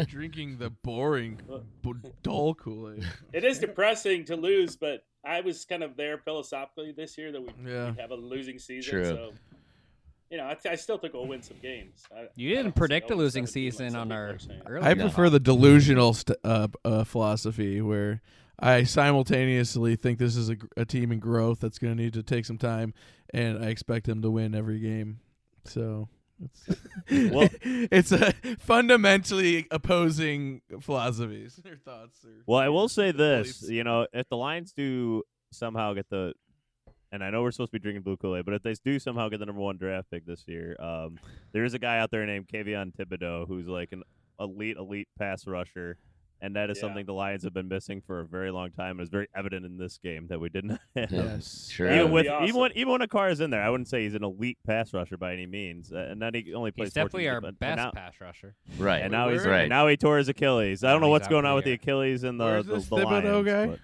[SPEAKER 6] Drinking the boring, b- dull Kool Aid.
[SPEAKER 9] it is depressing to lose, but I was kind of there philosophically this year that we
[SPEAKER 6] Yeah.
[SPEAKER 9] have a losing season.
[SPEAKER 7] True.
[SPEAKER 9] So you know, I, I still think we'll win some games. I,
[SPEAKER 8] You
[SPEAKER 9] I
[SPEAKER 8] didn't
[SPEAKER 9] don't see
[SPEAKER 8] predict a
[SPEAKER 9] 0 and
[SPEAKER 8] losing
[SPEAKER 9] 17 like
[SPEAKER 8] season
[SPEAKER 9] some
[SPEAKER 8] on
[SPEAKER 9] people are
[SPEAKER 8] our
[SPEAKER 9] saying.
[SPEAKER 8] early.
[SPEAKER 6] I
[SPEAKER 7] No.
[SPEAKER 6] prefer the delusional st- uh, uh, philosophy where I simultaneously think this is a, gr- a team in growth that's going to need to take some time, and I expect them to win every game. So it's,
[SPEAKER 1] Well-
[SPEAKER 6] it's a fundamentally opposing philosophies or thoughts. Or
[SPEAKER 1] Well, I will say this,
[SPEAKER 6] beliefs.
[SPEAKER 1] you know, if the Lions do somehow get the and I know we're supposed to be drinking blue Kool-Aid, but if they do somehow get the number one draft pick this year, um, there is a guy out there named Kavion Thibodeau who's like an elite, elite pass rusher. and that is
[SPEAKER 9] Yeah.
[SPEAKER 1] something the Lions have been missing for a very long time. It was very evident in this game that we did not have.
[SPEAKER 4] Yes.
[SPEAKER 7] Sure.
[SPEAKER 1] Even
[SPEAKER 9] would
[SPEAKER 1] with
[SPEAKER 9] be awesome.
[SPEAKER 1] even when even when Akar is in there, I wouldn't say he's an elite pass rusher by any means. Uh, and then he only plays
[SPEAKER 8] He's definitely
[SPEAKER 1] 14
[SPEAKER 8] our
[SPEAKER 1] but-
[SPEAKER 8] best
[SPEAKER 1] and now,
[SPEAKER 8] pass rusher.
[SPEAKER 7] Right.
[SPEAKER 1] And now he's
[SPEAKER 7] Right.
[SPEAKER 1] and now he tore his Achilles. I don't
[SPEAKER 8] Now
[SPEAKER 1] know
[SPEAKER 8] he's
[SPEAKER 1] what's
[SPEAKER 8] out
[SPEAKER 1] going
[SPEAKER 8] for
[SPEAKER 1] on
[SPEAKER 8] the
[SPEAKER 1] with the
[SPEAKER 8] year.
[SPEAKER 1] Achilles and the
[SPEAKER 6] Where's
[SPEAKER 1] the,
[SPEAKER 6] this
[SPEAKER 1] the
[SPEAKER 6] Thibodeau
[SPEAKER 1] Lions.
[SPEAKER 6] guy?
[SPEAKER 1] but-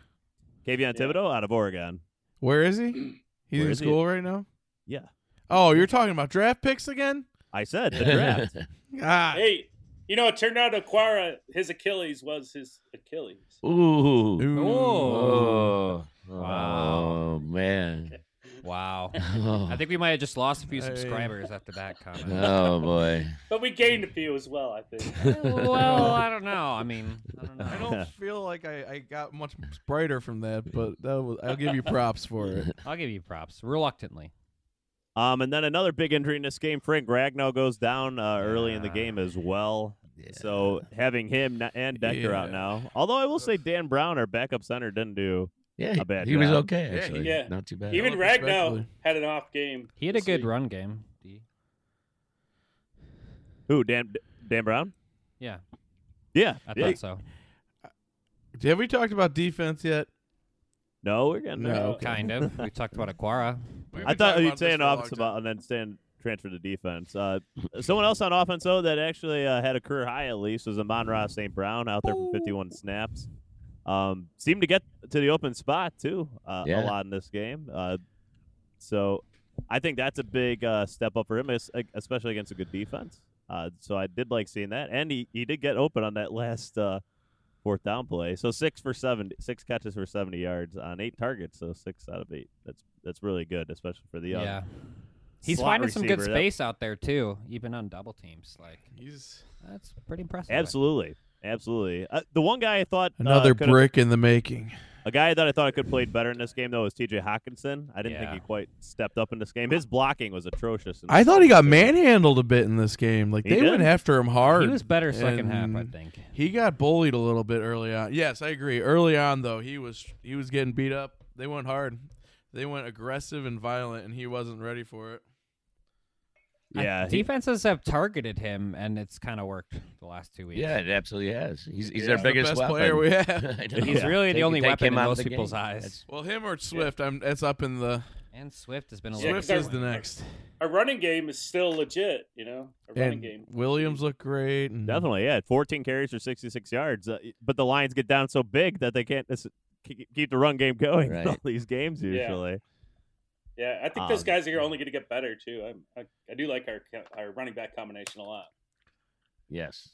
[SPEAKER 1] Davion
[SPEAKER 9] Yeah.
[SPEAKER 1] Thibodeau out of Oregon.
[SPEAKER 6] Where is he? He's
[SPEAKER 1] Where
[SPEAKER 6] in
[SPEAKER 1] is he?
[SPEAKER 6] school right now.
[SPEAKER 1] Yeah.
[SPEAKER 6] Oh, you're talking about draft picks again?
[SPEAKER 1] I said the draft.
[SPEAKER 6] Ah,
[SPEAKER 9] Hey, you know, it turned out Aquara, his Achilles was his Achilles.
[SPEAKER 7] Ooh.
[SPEAKER 6] Ooh.
[SPEAKER 9] Oh,
[SPEAKER 7] Oh.
[SPEAKER 8] Wow.
[SPEAKER 7] Oh, man.
[SPEAKER 8] Wow.
[SPEAKER 7] Oh,
[SPEAKER 8] I think we might have just lost a few
[SPEAKER 6] Hey.
[SPEAKER 8] subscribers after that comment. Eh,
[SPEAKER 7] oh boy.
[SPEAKER 9] But we gained a few as well, I think.
[SPEAKER 8] well, I don't know. I mean, I don't know.
[SPEAKER 6] I don't feel like I, I got much brighter from that, but that was, I'll give you props for it.
[SPEAKER 8] I'll give you props, reluctantly.
[SPEAKER 1] um, and then another big injury in this game. Frank Ragnow goes down uh, early in the game as well. So having him na- and Decker out
[SPEAKER 6] Yeah.
[SPEAKER 1] now. Although I will say Dan Brown, our backup center, didn't do.
[SPEAKER 7] Yeah,
[SPEAKER 1] A bad
[SPEAKER 7] he was
[SPEAKER 1] job.
[SPEAKER 7] okay
[SPEAKER 6] he-
[SPEAKER 7] actually.
[SPEAKER 9] yeah.
[SPEAKER 7] Not too bad.
[SPEAKER 9] Even
[SPEAKER 6] Not
[SPEAKER 9] Ragnow
[SPEAKER 6] respectfully.
[SPEAKER 9] had an off game.
[SPEAKER 8] He had a
[SPEAKER 9] this
[SPEAKER 8] good
[SPEAKER 9] week.
[SPEAKER 8] run game. D.
[SPEAKER 1] Who Dan Dan Brown?
[SPEAKER 8] Yeah,
[SPEAKER 1] Yeah,
[SPEAKER 8] I
[SPEAKER 1] yeah.
[SPEAKER 8] thought so.
[SPEAKER 6] Have we talked about defense yet?
[SPEAKER 1] No, we're getting uh, there.
[SPEAKER 6] No, okay.
[SPEAKER 8] Kind of. We talked about Aquara.
[SPEAKER 1] I thought you'd say an offense about and then stand transfer to defense. Uh, someone else on offense though that actually uh, had a career high at least was Amon Ross St. Brown out there for 51 snaps. Um, seemed to get to the open spot too uh, a
[SPEAKER 7] Yeah.
[SPEAKER 1] lot in this game. Uh, so I think that's a big uh, step up for him, es- especially against a good defense. Uh, so I did like seeing that, and he, he did get open on that last uh, fourth down play. So six for seventy, six catches for seventy yards on eight targets. So six out of eight. That's that's really good, especially for the young.
[SPEAKER 8] Yeah. He's
[SPEAKER 1] slot
[SPEAKER 8] finding some good
[SPEAKER 1] receiver. That-
[SPEAKER 8] space out there too, even on double teams. Like
[SPEAKER 6] He's
[SPEAKER 8] that's pretty impressive.
[SPEAKER 1] Absolutely, absolutely. Uh, the one guy I thought uh,
[SPEAKER 6] another
[SPEAKER 1] could've-
[SPEAKER 6] brick in the making.
[SPEAKER 1] a guy that I thought I could played better in this game though, was T.J. Hawkinson. I didn't
[SPEAKER 8] Yeah.
[SPEAKER 1] think he quite stepped up in this game. His blocking was atrocious. in
[SPEAKER 6] I
[SPEAKER 1] this
[SPEAKER 6] thought
[SPEAKER 1] game,
[SPEAKER 6] he got
[SPEAKER 1] too.
[SPEAKER 6] manhandled a bit in this game. Like
[SPEAKER 1] He
[SPEAKER 6] they
[SPEAKER 1] did.
[SPEAKER 6] went after him hard.
[SPEAKER 8] He was better second half, I
[SPEAKER 6] And
[SPEAKER 8] think.
[SPEAKER 6] He got bullied a little bit early on. Yes, I agree. Early on though, he was he was getting beat up. They went hard. They went aggressive and violent and he wasn't ready for it.
[SPEAKER 8] I-
[SPEAKER 1] Yeah, he-
[SPEAKER 8] defenses have targeted him, and it's kind of worked the last two weeks.
[SPEAKER 7] Yeah, it absolutely has. He's he's
[SPEAKER 6] He's
[SPEAKER 7] their biggest
[SPEAKER 6] the best
[SPEAKER 7] weapon.
[SPEAKER 6] player we have.
[SPEAKER 7] I know.
[SPEAKER 8] he's really the
[SPEAKER 7] Take-
[SPEAKER 8] only
[SPEAKER 7] take
[SPEAKER 8] weapon in
[SPEAKER 7] him out of
[SPEAKER 8] most
[SPEAKER 7] the
[SPEAKER 8] people's
[SPEAKER 7] game.
[SPEAKER 8] eyes.
[SPEAKER 7] That's-
[SPEAKER 6] Well, him or Swift, I'm it's up in the
[SPEAKER 8] and Swift has been a little.
[SPEAKER 9] Yeah,
[SPEAKER 6] Swift
[SPEAKER 9] 'cause
[SPEAKER 6] is
[SPEAKER 9] they're-
[SPEAKER 6] the next.
[SPEAKER 9] Our running game is still legit, you know? Our running
[SPEAKER 6] And
[SPEAKER 9] game.
[SPEAKER 6] Williams looked great. And
[SPEAKER 9] Mm-hmm.
[SPEAKER 1] Definitely, yeah. 14 carries for 66 yards. Uh, but the Lions get down so big that they can't this, k- keep the run game going in
[SPEAKER 7] Right.
[SPEAKER 1] all these games usually.
[SPEAKER 9] Yeah, I think those
[SPEAKER 1] Um,
[SPEAKER 9] guys are only going to get better, too. I'm, I, I do like our, our running back combination a lot.
[SPEAKER 7] Yes.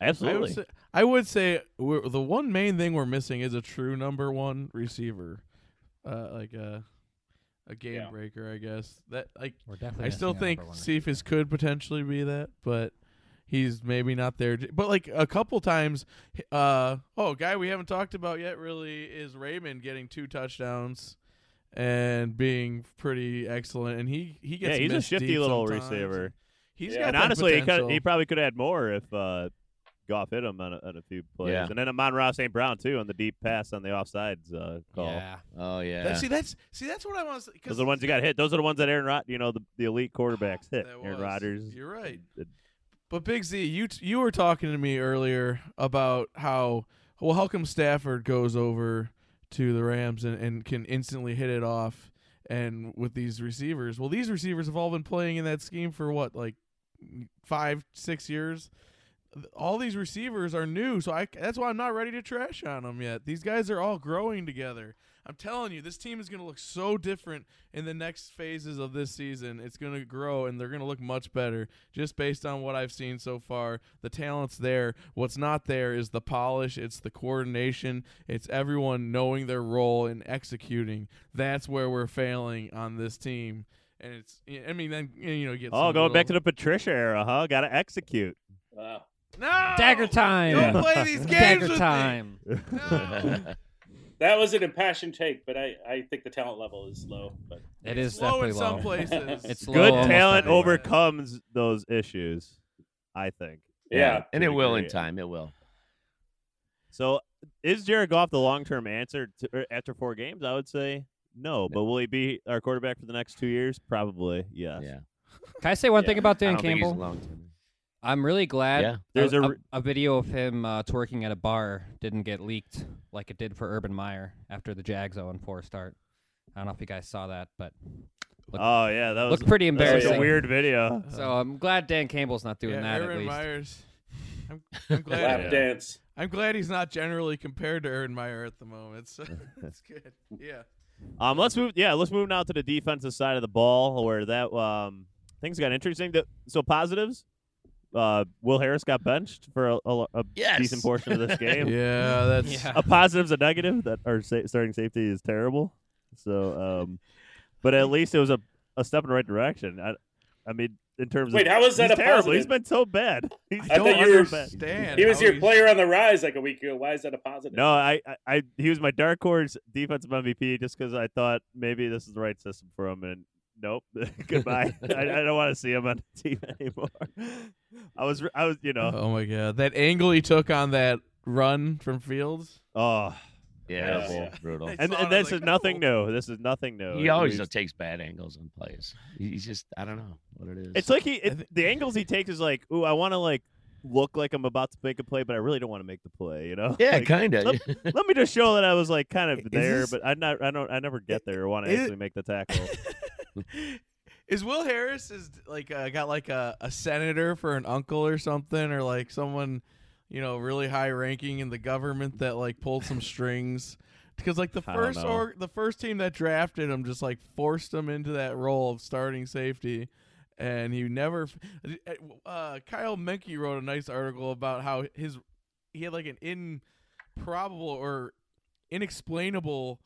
[SPEAKER 6] I would
[SPEAKER 1] Absolutely.
[SPEAKER 6] say, I would say we're, the one main thing we're missing is a true number one receiver, uh, like a a game
[SPEAKER 9] Yeah.
[SPEAKER 6] breaker, I guess. That like
[SPEAKER 8] We're definitely.
[SPEAKER 6] I still
[SPEAKER 8] missing a
[SPEAKER 6] think
[SPEAKER 8] number one.
[SPEAKER 6] Cephas could potentially be that, but he's maybe not there. But like a couple times, uh, oh, a guy we haven't talked about yet really is Raymond getting two touchdowns and being pretty excellent, and he he gets
[SPEAKER 1] Yeah, he's a
[SPEAKER 6] missed
[SPEAKER 1] shifty
[SPEAKER 6] deep
[SPEAKER 1] little
[SPEAKER 6] sometimes.
[SPEAKER 1] receiver.
[SPEAKER 6] He's
[SPEAKER 9] Yeah.
[SPEAKER 6] got
[SPEAKER 1] and
[SPEAKER 6] that
[SPEAKER 1] honestly, he, could,
[SPEAKER 6] potential.
[SPEAKER 1] he probably could add more if uh, Goff hit him on a, on a few plays.
[SPEAKER 7] Yeah.
[SPEAKER 1] And then Amon Ross St. Brown, too, on the deep pass on the offsides uh, call.
[SPEAKER 8] Yeah.
[SPEAKER 7] Oh yeah.
[SPEAKER 6] That- see that's see that's what I want to
[SPEAKER 1] Those are the ones that got hit. Those are the ones that Aaron Rod, you know, the, the elite quarterbacks hit.
[SPEAKER 6] Ah, That
[SPEAKER 1] Aaron
[SPEAKER 6] was.
[SPEAKER 1] Rodgers.
[SPEAKER 6] You're right.
[SPEAKER 1] It-
[SPEAKER 6] But Big Z, you t- you were talking to me earlier about how well how come Stafford goes over to the Rams and, and can instantly hit it off and with these receivers. Well, these receivers have all been playing in that scheme for what like five six years. All these receivers are new, so I that's why I'm not ready to trash on them yet. These guys are all growing together. I'm telling you, this team is going to look so different in the next phases of this season. It's going to grow and they're going to look much better just based on what I've seen so far. The talent's there. What's not there is the polish, it's the coordination, it's everyone knowing their role and executing. That's where we're failing on this team. And it's, I mean, then, you know, you get.
[SPEAKER 1] Oh, going back to the Patricia era, huh? Got to execute.
[SPEAKER 9] Wow.
[SPEAKER 6] No!
[SPEAKER 8] Dagger time.
[SPEAKER 6] Don't play these games
[SPEAKER 8] Dagger
[SPEAKER 6] with
[SPEAKER 8] time.
[SPEAKER 6] Me. No!
[SPEAKER 9] That was an impassioned take, but I, I think the talent level is low. But
[SPEAKER 8] It is
[SPEAKER 6] Slow in
[SPEAKER 8] definitely
[SPEAKER 6] some
[SPEAKER 8] low.
[SPEAKER 6] places.
[SPEAKER 8] It's low
[SPEAKER 1] Good
[SPEAKER 8] almost
[SPEAKER 1] talent
[SPEAKER 8] everywhere.
[SPEAKER 1] overcomes those issues, I think.
[SPEAKER 9] Yeah.
[SPEAKER 1] to
[SPEAKER 7] and
[SPEAKER 1] a
[SPEAKER 7] it will in
[SPEAKER 1] degree.
[SPEAKER 7] time. It will.
[SPEAKER 1] So, is Jared Goff the long-term answer to, er, after four games? I would say no, but will he be our quarterback for the next two years? Probably yes.
[SPEAKER 7] Yeah.
[SPEAKER 8] Can I say one
[SPEAKER 9] Yeah.
[SPEAKER 8] thing about
[SPEAKER 7] I
[SPEAKER 8] Dan
[SPEAKER 7] don't think he's
[SPEAKER 8] Campbell?
[SPEAKER 7] long-term.
[SPEAKER 8] I'm really glad
[SPEAKER 7] Yeah.
[SPEAKER 1] There's
[SPEAKER 8] a,
[SPEAKER 1] a
[SPEAKER 8] a,
[SPEAKER 1] re-
[SPEAKER 8] a video of him uh, twerking at a bar didn't get leaked like it did for Urban Meyer after the Jags 0 4 start. I don't know if you guys saw that, but Look-
[SPEAKER 1] oh yeah, that was
[SPEAKER 8] looked pretty
[SPEAKER 1] that was
[SPEAKER 8] embarrassing.
[SPEAKER 1] a weird video.
[SPEAKER 8] So I'm glad Dan Campbell's not doing
[SPEAKER 6] yeah,
[SPEAKER 8] that
[SPEAKER 6] Aaron
[SPEAKER 8] at least.
[SPEAKER 6] Myers. I'm, I'm glad.
[SPEAKER 9] Lap
[SPEAKER 1] Yeah.
[SPEAKER 9] dance.
[SPEAKER 6] I'm glad he's not generally compared to Aaron Meyer at the moment. So that's good. Yeah.
[SPEAKER 1] Um, let's move. Yeah, let's move now to the defensive side of the ball, where that um things got interesting. The- So positives. Uh, Will Harris got benched for a, a, a
[SPEAKER 7] Yes.
[SPEAKER 1] decent portion of this game.
[SPEAKER 6] Yeah, that's
[SPEAKER 8] Yeah.
[SPEAKER 1] A positive's a negative that our sa- starting safety is terrible. So, um, but at least it was a, a step in the right direction. I, I mean, in terms
[SPEAKER 9] Wait,
[SPEAKER 1] of
[SPEAKER 9] how is that
[SPEAKER 1] he's
[SPEAKER 9] a
[SPEAKER 1] terrible.
[SPEAKER 9] positive?
[SPEAKER 1] He's been so bad. He's
[SPEAKER 9] I
[SPEAKER 1] so
[SPEAKER 9] thought you were-
[SPEAKER 1] bad.
[SPEAKER 6] Dan,
[SPEAKER 9] He was
[SPEAKER 6] how
[SPEAKER 9] your
[SPEAKER 6] he's-
[SPEAKER 9] player on the rise like a week ago. Why is that a positive?
[SPEAKER 1] No, I, I, I he was my dark horse defensive MVP just because I thought maybe this is the right system for him, and nope, goodbye. I, I don't want to see him on the team anymore. I was, I was, you know,
[SPEAKER 6] Oh my god, that angle he took on that run from Fields.
[SPEAKER 1] oh,
[SPEAKER 7] Yeah,
[SPEAKER 9] Yeah.
[SPEAKER 7] bull, brutal.
[SPEAKER 6] Hey,
[SPEAKER 1] and,
[SPEAKER 6] saw it, I
[SPEAKER 1] and this
[SPEAKER 6] was
[SPEAKER 1] is
[SPEAKER 6] like,
[SPEAKER 1] nothing new. This is nothing new.
[SPEAKER 7] He
[SPEAKER 1] It
[SPEAKER 7] always
[SPEAKER 1] was-
[SPEAKER 7] just takes bad angles and plays. He- He's just I don't know what it is.
[SPEAKER 1] It's like he,
[SPEAKER 6] I thi-
[SPEAKER 1] it, the angles he takes is like, ooh, I want to like look like I'm about to make a play, but I really don't want to make the play. You know?
[SPEAKER 7] yeah,
[SPEAKER 1] Like,
[SPEAKER 7] kind of.
[SPEAKER 1] let- Let me just show that I was like kind of
[SPEAKER 6] Is
[SPEAKER 1] there,
[SPEAKER 6] this-
[SPEAKER 1] but I not, I don't, I never get there or want to
[SPEAKER 6] Is-
[SPEAKER 1] actually make the tackle.
[SPEAKER 6] Is Will Harris is like uh, got like a, a senator for an uncle or something, or like someone you know really high ranking in the government that like pulled some strings? Because like the
[SPEAKER 1] I don't
[SPEAKER 6] first
[SPEAKER 1] know.
[SPEAKER 6] or the first team that drafted him just like forced him into that role of starting safety, and he never. f- Uh, Kyle Menke wrote a nice article about how his he had like an improbable or inexplainable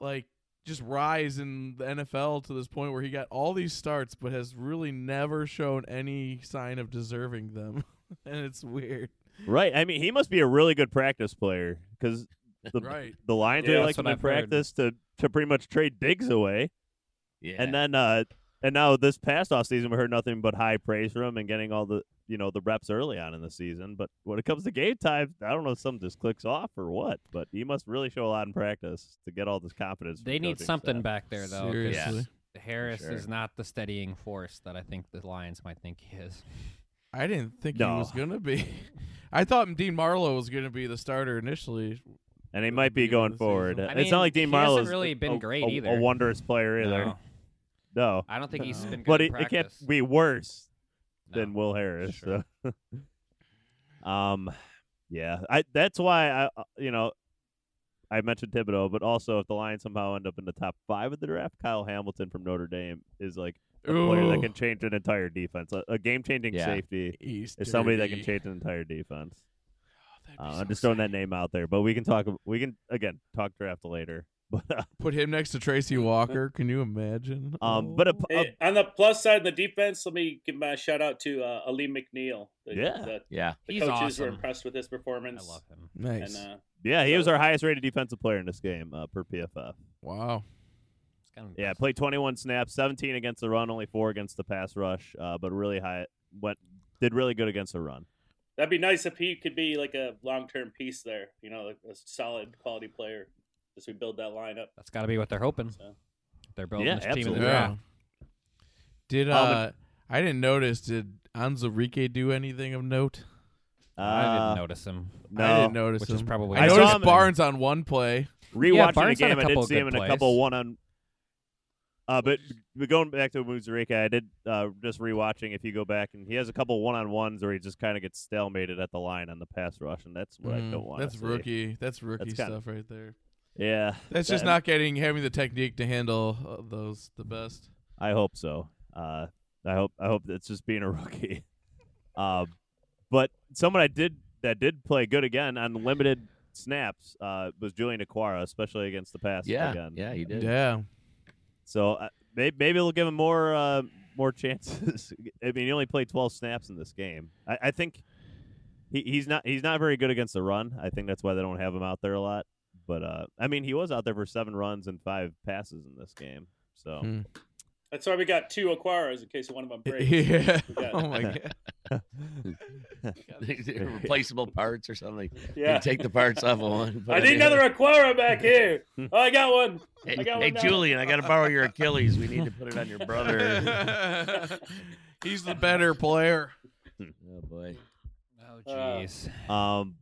[SPEAKER 6] like just rise in the NFL to this point where he got all these starts but has really never shown any sign of deserving them. and it's weird.
[SPEAKER 1] Right. I mean, he must be a really good practice player because the,
[SPEAKER 6] Right.
[SPEAKER 1] the Lions
[SPEAKER 9] Yeah,
[SPEAKER 1] really
[SPEAKER 8] that's
[SPEAKER 1] like him
[SPEAKER 8] what
[SPEAKER 1] in
[SPEAKER 8] I've heard.
[SPEAKER 1] practice to, to pretty much trade Diggs away.
[SPEAKER 7] yeah.
[SPEAKER 1] And then, uh, and now this past offseason, we heard nothing but high praise from him and getting all the, you know, the reps early on in the season. But when it comes to game time, I don't know if something just clicks off or what, but he must really show a lot in practice to get all this confidence. from
[SPEAKER 8] They need
[SPEAKER 1] coaching
[SPEAKER 8] something
[SPEAKER 1] staff.
[SPEAKER 8] back there, though. 'cause
[SPEAKER 6] Seriously.
[SPEAKER 8] Harris
[SPEAKER 7] sure.
[SPEAKER 8] is not the steadying force that I think the Lions might think he is.
[SPEAKER 6] I didn't think
[SPEAKER 1] No.
[SPEAKER 6] he was going to be. I thought Dean Marlowe was going to be the starter initially.
[SPEAKER 1] And he might be
[SPEAKER 6] Beginning of
[SPEAKER 1] going
[SPEAKER 6] the
[SPEAKER 1] forward.
[SPEAKER 6] season.
[SPEAKER 8] I
[SPEAKER 1] it's not
[SPEAKER 8] mean,
[SPEAKER 1] like Dean
[SPEAKER 8] he hasn't
[SPEAKER 1] Marlowe's
[SPEAKER 8] really
[SPEAKER 1] a-
[SPEAKER 8] been
[SPEAKER 1] a-
[SPEAKER 8] great
[SPEAKER 1] a-
[SPEAKER 8] either.
[SPEAKER 1] A wondrous player either.
[SPEAKER 8] No.
[SPEAKER 1] No.
[SPEAKER 8] I don't think he's been good
[SPEAKER 1] But
[SPEAKER 8] in
[SPEAKER 1] it, it can't
[SPEAKER 8] practice.
[SPEAKER 1] be worse
[SPEAKER 8] No.
[SPEAKER 1] than Will Harris.
[SPEAKER 8] Sure.
[SPEAKER 1] so. um, yeah, I that's why I uh, you know I mentioned Thibodeau, but also if the Lions somehow end up in the top five of the draft, Kyle Hamilton from Notre Dame is like a player that
[SPEAKER 6] Ooh.
[SPEAKER 1] can change an entire defense. A, game changing
[SPEAKER 7] Yeah.
[SPEAKER 1] safety
[SPEAKER 6] He's
[SPEAKER 1] is somebody that
[SPEAKER 6] dirty.
[SPEAKER 1] can change an entire defense.
[SPEAKER 6] Oh, That'd be
[SPEAKER 1] Uh,
[SPEAKER 6] so
[SPEAKER 1] I'm just throwing that
[SPEAKER 6] exciting.
[SPEAKER 1] name out there, but we can talk. We can again talk draft later. But uh,
[SPEAKER 6] Put him next to Tracy Walker. Can you imagine?
[SPEAKER 1] um, but a,
[SPEAKER 6] Oh.
[SPEAKER 1] a
[SPEAKER 9] Hey, on the plus side of the defense, let me give my shout out to uh, Ali McNeil. The,
[SPEAKER 1] Yeah.
[SPEAKER 9] the,
[SPEAKER 7] yeah.
[SPEAKER 9] the
[SPEAKER 8] He's
[SPEAKER 9] coaches were
[SPEAKER 8] awesome.
[SPEAKER 9] impressed with his performance.
[SPEAKER 8] I love him.
[SPEAKER 6] nice.
[SPEAKER 9] And uh,
[SPEAKER 1] yeah, he was our highest rated defensive player in this game uh, per PFF.
[SPEAKER 6] wow.
[SPEAKER 8] It's kind of
[SPEAKER 1] Yeah, played 21 snaps, 17 against the run, only four against the pass rush, uh, but really high. What did really good against the run.
[SPEAKER 9] that'd be nice if he could be like a long term piece there. You know, like a solid quality player as we build that lineup.
[SPEAKER 8] That's got to be what they're hoping.
[SPEAKER 9] So.
[SPEAKER 8] They're building
[SPEAKER 1] Yeah,
[SPEAKER 8] this team in
[SPEAKER 1] absolutely.
[SPEAKER 8] the
[SPEAKER 6] Yeah.
[SPEAKER 8] draft.
[SPEAKER 6] Did
[SPEAKER 1] Um,
[SPEAKER 6] uh, I didn't notice. Did Anzarike do anything of note?
[SPEAKER 1] Uh,
[SPEAKER 8] I didn't notice him,
[SPEAKER 1] No,
[SPEAKER 6] I didn't notice
[SPEAKER 8] which
[SPEAKER 6] him.
[SPEAKER 8] is probably.
[SPEAKER 6] I
[SPEAKER 1] I saw
[SPEAKER 6] noticed
[SPEAKER 1] him-
[SPEAKER 6] Barnes on one play.
[SPEAKER 1] rewatching
[SPEAKER 8] Yeah,
[SPEAKER 1] the
[SPEAKER 8] Barnes had a
[SPEAKER 1] game, I
[SPEAKER 8] couple
[SPEAKER 1] did
[SPEAKER 8] of
[SPEAKER 1] see him
[SPEAKER 8] good
[SPEAKER 1] in a couple
[SPEAKER 8] plays.
[SPEAKER 1] one on. Uh, but but going back to Muzurika, I did uh, just rewatching. If you go back, and he has a couple one on ones where he just kind of gets stalemated at the line on the pass rush, and that's what I
[SPEAKER 6] Mm,
[SPEAKER 1] don't want.
[SPEAKER 6] That's rookie. That's rookie
[SPEAKER 1] That's kinda-
[SPEAKER 6] stuff right there.
[SPEAKER 1] Yeah,
[SPEAKER 6] That's just
[SPEAKER 1] That-
[SPEAKER 6] not getting having the technique to handle uh, those the best.
[SPEAKER 1] I hope so. Uh, I hope I hope it's just being a rookie. Uh, but someone I did that did play good again on limited snaps uh, was Julian Aquara, especially against the pass
[SPEAKER 7] Yeah.
[SPEAKER 1] again.
[SPEAKER 7] Yeah, he did.
[SPEAKER 6] Yeah.
[SPEAKER 1] So uh, maybe, maybe it'll give him more uh, more chances. I mean, he only played 12 snaps in this game. I, I think he, he's not he's not very good against the run. I think that's why they don't have him out there a lot. But uh, I mean, he was out there for seven runs and five passes in this game. So
[SPEAKER 6] Hmm.
[SPEAKER 9] That's why we got two Aquaras in case one of them breaks.
[SPEAKER 6] Yeah.
[SPEAKER 9] We got-
[SPEAKER 6] Oh my god.
[SPEAKER 7] Replaceable parts or something. You
[SPEAKER 9] yeah.
[SPEAKER 7] take the parts off of one. put
[SPEAKER 9] I
[SPEAKER 7] it
[SPEAKER 9] need
[SPEAKER 7] in.
[SPEAKER 9] another Aquara back here. Oh, I got one.
[SPEAKER 7] Hey,
[SPEAKER 9] I got
[SPEAKER 7] hey,
[SPEAKER 9] one now.
[SPEAKER 7] Julian, I got to borrow your Achilles. We need to put it on your brother.
[SPEAKER 6] He's the better player.
[SPEAKER 7] oh boy. boy.
[SPEAKER 6] Uh,
[SPEAKER 8] Oh
[SPEAKER 9] jeez.
[SPEAKER 1] Um,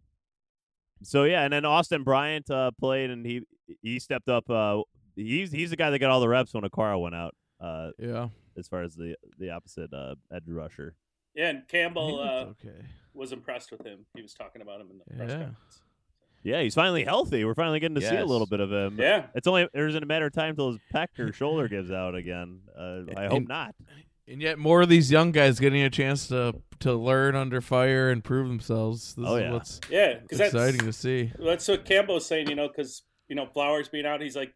[SPEAKER 1] so yeah, and then Austin Bryant uh, played, and he he stepped up. Uh, he's he's the guy that got all the reps when Aquara went out. Uh,
[SPEAKER 6] Yeah.
[SPEAKER 1] as far as the the opposite uh, edge rusher.
[SPEAKER 9] Yeah, and Campbell
[SPEAKER 6] I
[SPEAKER 9] uh,
[SPEAKER 6] think that's okay.
[SPEAKER 9] was impressed with him. He was talking about him in the press
[SPEAKER 6] Yeah.
[SPEAKER 9] conference.
[SPEAKER 1] Yeah, he's finally healthy. We're finally getting to see a
[SPEAKER 7] Yes.
[SPEAKER 1] little bit of him.
[SPEAKER 9] Yeah,
[SPEAKER 1] It's only it isn't a matter of time till his pec or shoulder gives out again. Uh, I hope
[SPEAKER 6] And-
[SPEAKER 1] not.
[SPEAKER 6] And yet, more of these young guys getting a chance to to learn under fire and prove themselves. This
[SPEAKER 1] Oh,
[SPEAKER 6] is
[SPEAKER 1] yeah.
[SPEAKER 6] what's
[SPEAKER 9] yeah, because that's
[SPEAKER 6] exciting to see.
[SPEAKER 9] that's what Campbell's saying. You know, because you know Flowers being out, he's like,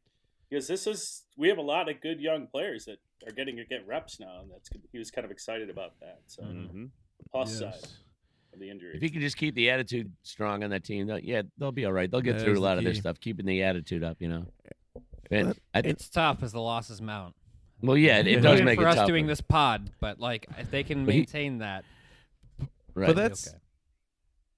[SPEAKER 9] because this is we have a lot of good young players that are getting to get reps now, and that's good. he was kind of excited about that. So
[SPEAKER 1] hmm
[SPEAKER 9] plus
[SPEAKER 6] Yes.
[SPEAKER 9] side of the injury.
[SPEAKER 7] If he can just keep the attitude strong on that team, they'll- yeah, they'll be all right. They'll get
[SPEAKER 6] That
[SPEAKER 7] through
[SPEAKER 6] is
[SPEAKER 7] a
[SPEAKER 6] the
[SPEAKER 7] lot of this
[SPEAKER 6] key.
[SPEAKER 7] stuff, keeping the attitude up, you know. And I think,
[SPEAKER 8] It's tough as the losses mount.
[SPEAKER 7] well, yeah, it, it
[SPEAKER 6] Even
[SPEAKER 7] does
[SPEAKER 8] Even
[SPEAKER 7] make
[SPEAKER 8] for
[SPEAKER 7] it
[SPEAKER 8] us
[SPEAKER 7] tougher.
[SPEAKER 8] doing this pod, but like if they can
[SPEAKER 7] But he-
[SPEAKER 8] maintain that,
[SPEAKER 7] right.
[SPEAKER 6] But that's
[SPEAKER 8] okay.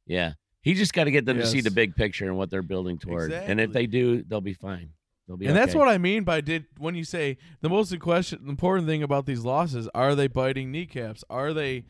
[SPEAKER 7] yeah, he just got to get them to see
[SPEAKER 6] Yes.
[SPEAKER 7] the big picture and what they're building toward. And if
[SPEAKER 6] Exactly.
[SPEAKER 7] they do, they'll be fine. They'll be.
[SPEAKER 6] and that's
[SPEAKER 7] okay.
[SPEAKER 6] what I mean by did when you say the most question, the important thing about these losses are they biting kneecaps? Are they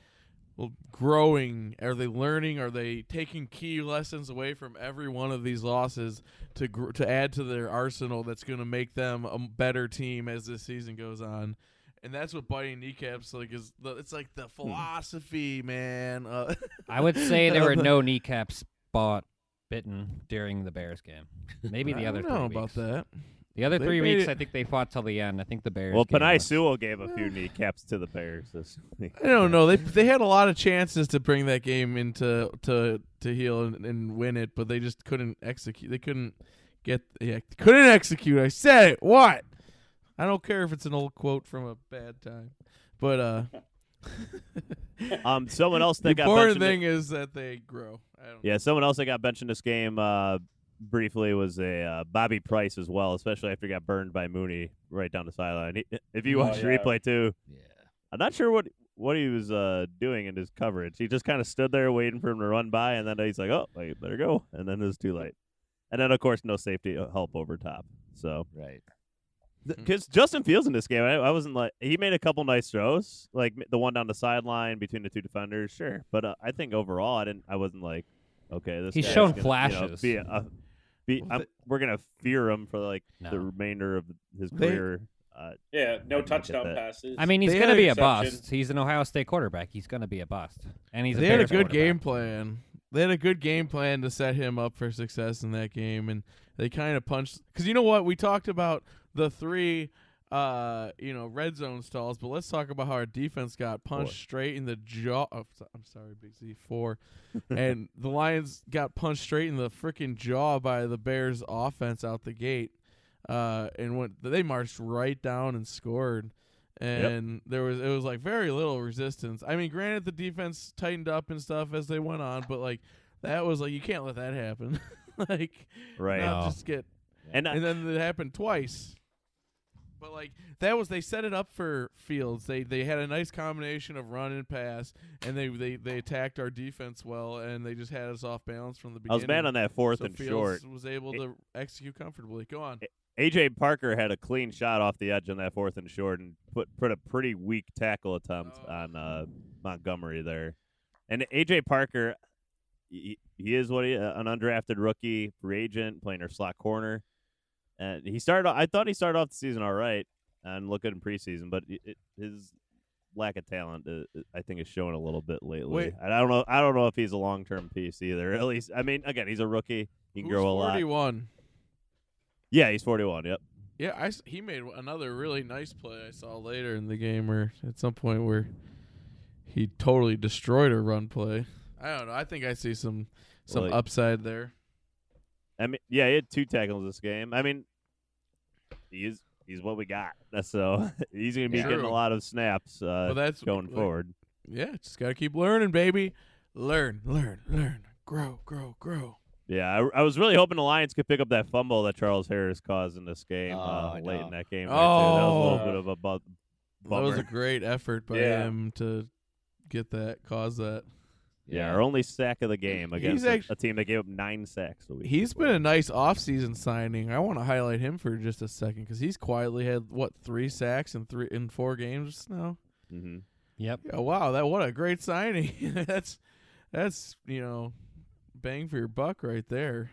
[SPEAKER 6] well, growing? Are they learning? Are they taking key lessons away from every one of these losses to gr- to add to their arsenal that's going to make them a better team as this season goes on? And that's what biting kneecaps like is. The, it's like
[SPEAKER 8] Hmm.
[SPEAKER 6] the philosophy, man. Uh,
[SPEAKER 8] I would say there
[SPEAKER 6] of
[SPEAKER 8] were
[SPEAKER 6] the-
[SPEAKER 8] no kneecaps bought bitten during the Bears game. Maybe the
[SPEAKER 6] I
[SPEAKER 8] other
[SPEAKER 6] don't know
[SPEAKER 8] three
[SPEAKER 6] about
[SPEAKER 8] weeks.
[SPEAKER 6] that.
[SPEAKER 8] The other
[SPEAKER 6] They
[SPEAKER 8] three
[SPEAKER 6] made
[SPEAKER 8] weeks,
[SPEAKER 6] it-
[SPEAKER 8] I think they fought till the end. I think the Bears.
[SPEAKER 1] Well,
[SPEAKER 8] gave
[SPEAKER 1] Panay
[SPEAKER 8] us-
[SPEAKER 1] Sewell gave a few kneecaps to the Bears this week.
[SPEAKER 6] I don't know. They they had a lot of chances to bring that game into to to heel and, and win it, but they just couldn't execute. They couldn't get yeah, couldn't execute. I said it. What? I don't care if it's an old quote from a bad time, but uh,
[SPEAKER 1] Um, someone else
[SPEAKER 6] the
[SPEAKER 1] that got
[SPEAKER 6] important
[SPEAKER 1] mentioned-
[SPEAKER 6] thing is that they grow. I don't
[SPEAKER 1] Yeah, someone else that got benched in this game uh, briefly was a uh, Bobby Price as well, especially after he got burned by Mooney right down the sideline. He, if you
[SPEAKER 9] Oh,
[SPEAKER 1] watch the
[SPEAKER 9] yeah.
[SPEAKER 1] replay too,
[SPEAKER 7] Yeah.
[SPEAKER 1] I'm not sure what what he was uh, doing in his coverage. He just kind of stood there waiting for him to run by, and then he's like, "Oh, wait, better go," and then it was too late. And then of course, no safety uh, help over top. So
[SPEAKER 7] Right.
[SPEAKER 6] Mm.
[SPEAKER 1] because Justin Fields in this game, I, I wasn't like he made a couple nice throws, like m- the one down the sideline between the two defenders, sure. But uh, I think overall, I didn't, I wasn't like, okay, this.
[SPEAKER 8] He's
[SPEAKER 1] guy's
[SPEAKER 8] shown
[SPEAKER 1] gonna, you know,
[SPEAKER 8] flashes.
[SPEAKER 1] be a- a- be-
[SPEAKER 6] Well,
[SPEAKER 1] I'm-
[SPEAKER 6] the-
[SPEAKER 1] we're gonna fear him for like the
[SPEAKER 8] No.
[SPEAKER 1] remainder of his
[SPEAKER 6] They-
[SPEAKER 1] career.
[SPEAKER 9] yeah,
[SPEAKER 1] I
[SPEAKER 9] no
[SPEAKER 1] didn't get
[SPEAKER 9] touchdown
[SPEAKER 1] that.
[SPEAKER 9] passes.
[SPEAKER 8] I mean, he's
[SPEAKER 6] They
[SPEAKER 8] going to
[SPEAKER 6] had
[SPEAKER 8] be
[SPEAKER 9] a-
[SPEAKER 8] a bust.
[SPEAKER 9] Exception.
[SPEAKER 8] He's an Ohio State quarterback. He's going to be a bust, and he's
[SPEAKER 6] they
[SPEAKER 8] a
[SPEAKER 6] had a
[SPEAKER 8] Bears
[SPEAKER 6] good
[SPEAKER 8] quarterback.
[SPEAKER 6] game plan. They had a good game plan to set him up for success in that game, and they kind of punched. Because you know what, we talked about the three, uh, you know, red zone stalls, but let's talk about how our defense got punched straight in the jaw. oh, so- I'm sorry, Big Z four, and the Lions got punched straight in the freaking jaw by the Bears offense out the gate, uh, and went they marched right down and scored and there was it was like very little resistance. I mean, granted the defense tightened up and stuff as they went on, but like that was like you can't let that happen. like
[SPEAKER 1] Right.
[SPEAKER 6] not just get
[SPEAKER 1] And, I-
[SPEAKER 6] and then it happened twice. But like that was they set it up for Fields. They they had a nice combination of run and pass, and they they, they attacked our defense well, and they just had us off balance from the
[SPEAKER 1] I
[SPEAKER 6] beginning.
[SPEAKER 1] was mad on that fourth
[SPEAKER 6] so
[SPEAKER 1] and
[SPEAKER 6] Fields
[SPEAKER 1] short.
[SPEAKER 6] was able
[SPEAKER 1] It-
[SPEAKER 6] to execute comfortably. Go on.
[SPEAKER 1] AJ Parker had a clean shot off the edge on that fourth and short and put put a pretty weak tackle attempt
[SPEAKER 6] Oh.
[SPEAKER 1] on uh, Montgomery there. And AJ Parker, he, he is what he uh, an undrafted rookie free agent playing our slot corner, and he started. I thought he started off the season all right and looked good in preseason, but it, it- his lack of talent, uh, I think, is showing a little bit lately.
[SPEAKER 6] Wait.
[SPEAKER 1] And I don't know. I don't know if he's a long term piece either. At least, I mean, again, he's a rookie. He can
[SPEAKER 6] Who's
[SPEAKER 1] grow a lot.
[SPEAKER 6] Forty-one.
[SPEAKER 1] Yeah, he's forty one. Yep.
[SPEAKER 6] Yeah, I s he made another really nice play I saw later in the game, or at some point where he totally destroyed a run play. I don't know. I think I see some some
[SPEAKER 1] Like-
[SPEAKER 6] upside there.
[SPEAKER 1] I mean, yeah, he had two tackles this game. I mean, he's he's what we got. That's so he's going to be
[SPEAKER 6] Yeah.
[SPEAKER 1] getting a
[SPEAKER 6] True.
[SPEAKER 1] lot of snaps uh,
[SPEAKER 6] Well, that's
[SPEAKER 1] going
[SPEAKER 6] like-
[SPEAKER 1] forward.
[SPEAKER 6] Yeah, just gotta keep learning, baby. Learn, learn, learn. Grow, grow, grow.
[SPEAKER 1] Yeah, I, I was really hoping the Lions could pick up that fumble that Charles Harris caused in this game
[SPEAKER 7] Oh,
[SPEAKER 1] uh,
[SPEAKER 7] I
[SPEAKER 1] late
[SPEAKER 7] know.
[SPEAKER 1] in that game. right there. that was a
[SPEAKER 9] Oh.
[SPEAKER 1] little bit of a bu-
[SPEAKER 6] That was
[SPEAKER 1] bummer.
[SPEAKER 6] a great effort by
[SPEAKER 9] Yeah.
[SPEAKER 6] him to get that, cause that.
[SPEAKER 1] yeah, our only sack of the game
[SPEAKER 6] He's
[SPEAKER 1] against a,
[SPEAKER 6] actu-
[SPEAKER 1] a team that gave up nine sacks. The week
[SPEAKER 6] He's
[SPEAKER 1] before.
[SPEAKER 6] been a nice offseason signing. I want to highlight him for just a second because he's quietly had what three sacks in three in four games now.
[SPEAKER 1] Mhm.
[SPEAKER 8] Yep.
[SPEAKER 6] Yeah, wow, that what a great signing. That's that's you know bang for your buck right there.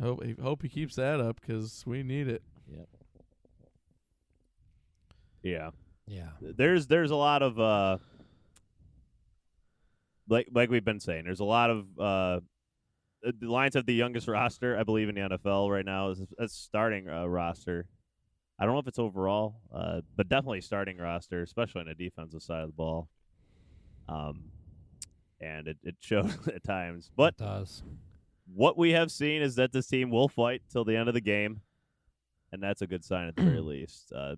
[SPEAKER 6] I hope I hope he keeps that up because we need it.
[SPEAKER 1] Yep. Yeah.
[SPEAKER 8] Yeah.
[SPEAKER 1] There's there's a lot of uh like like we've been saying, there's a lot of uh the Lions have the youngest roster, I believe, in the NFL right now. Is a starting uh, roster. I don't know if it's overall, uh, but definitely starting roster, especially on the defensive side of the ball. Um, and it, it shows at times. But
[SPEAKER 8] does.
[SPEAKER 1] what we have seen is that this team will fight till the end of the game, and that's a good sign at the very least. Uh,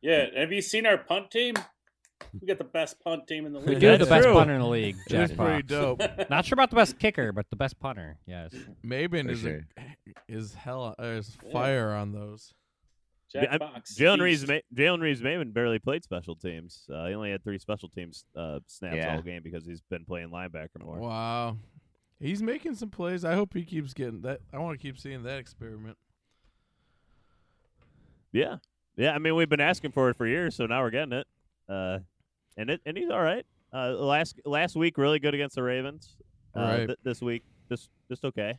[SPEAKER 9] Yeah, have you seen our punt team? We got the best punt team in the
[SPEAKER 8] We
[SPEAKER 9] league.
[SPEAKER 8] do have the
[SPEAKER 9] That's
[SPEAKER 8] best
[SPEAKER 9] true.
[SPEAKER 8] punter in the league, Jack
[SPEAKER 6] That's pretty
[SPEAKER 8] Fox.
[SPEAKER 6] dope.
[SPEAKER 8] Not sure about the best kicker, but the best punter. Yes.
[SPEAKER 6] Mabin
[SPEAKER 7] For
[SPEAKER 6] is a, is hell uh, is fire on those.
[SPEAKER 9] Jack
[SPEAKER 1] I-
[SPEAKER 9] Fox.
[SPEAKER 1] Jalen Reeves,
[SPEAKER 9] He's-
[SPEAKER 1] Ma- Jalen Reeves Maven barely played special teams. Uh, he only had three special teams uh, snaps
[SPEAKER 7] Yeah.
[SPEAKER 1] all game because he's been playing linebacker more.
[SPEAKER 6] Wow, he's making some plays. I hope he keeps getting that. I want to keep seeing that experiment.
[SPEAKER 1] Yeah, yeah. I mean, we've been asking for it for years, so now we're getting it. Uh, and it and he's all right. Uh, last last week really good against the Ravens. Uh,
[SPEAKER 6] Right.
[SPEAKER 1] th- this week just just okay.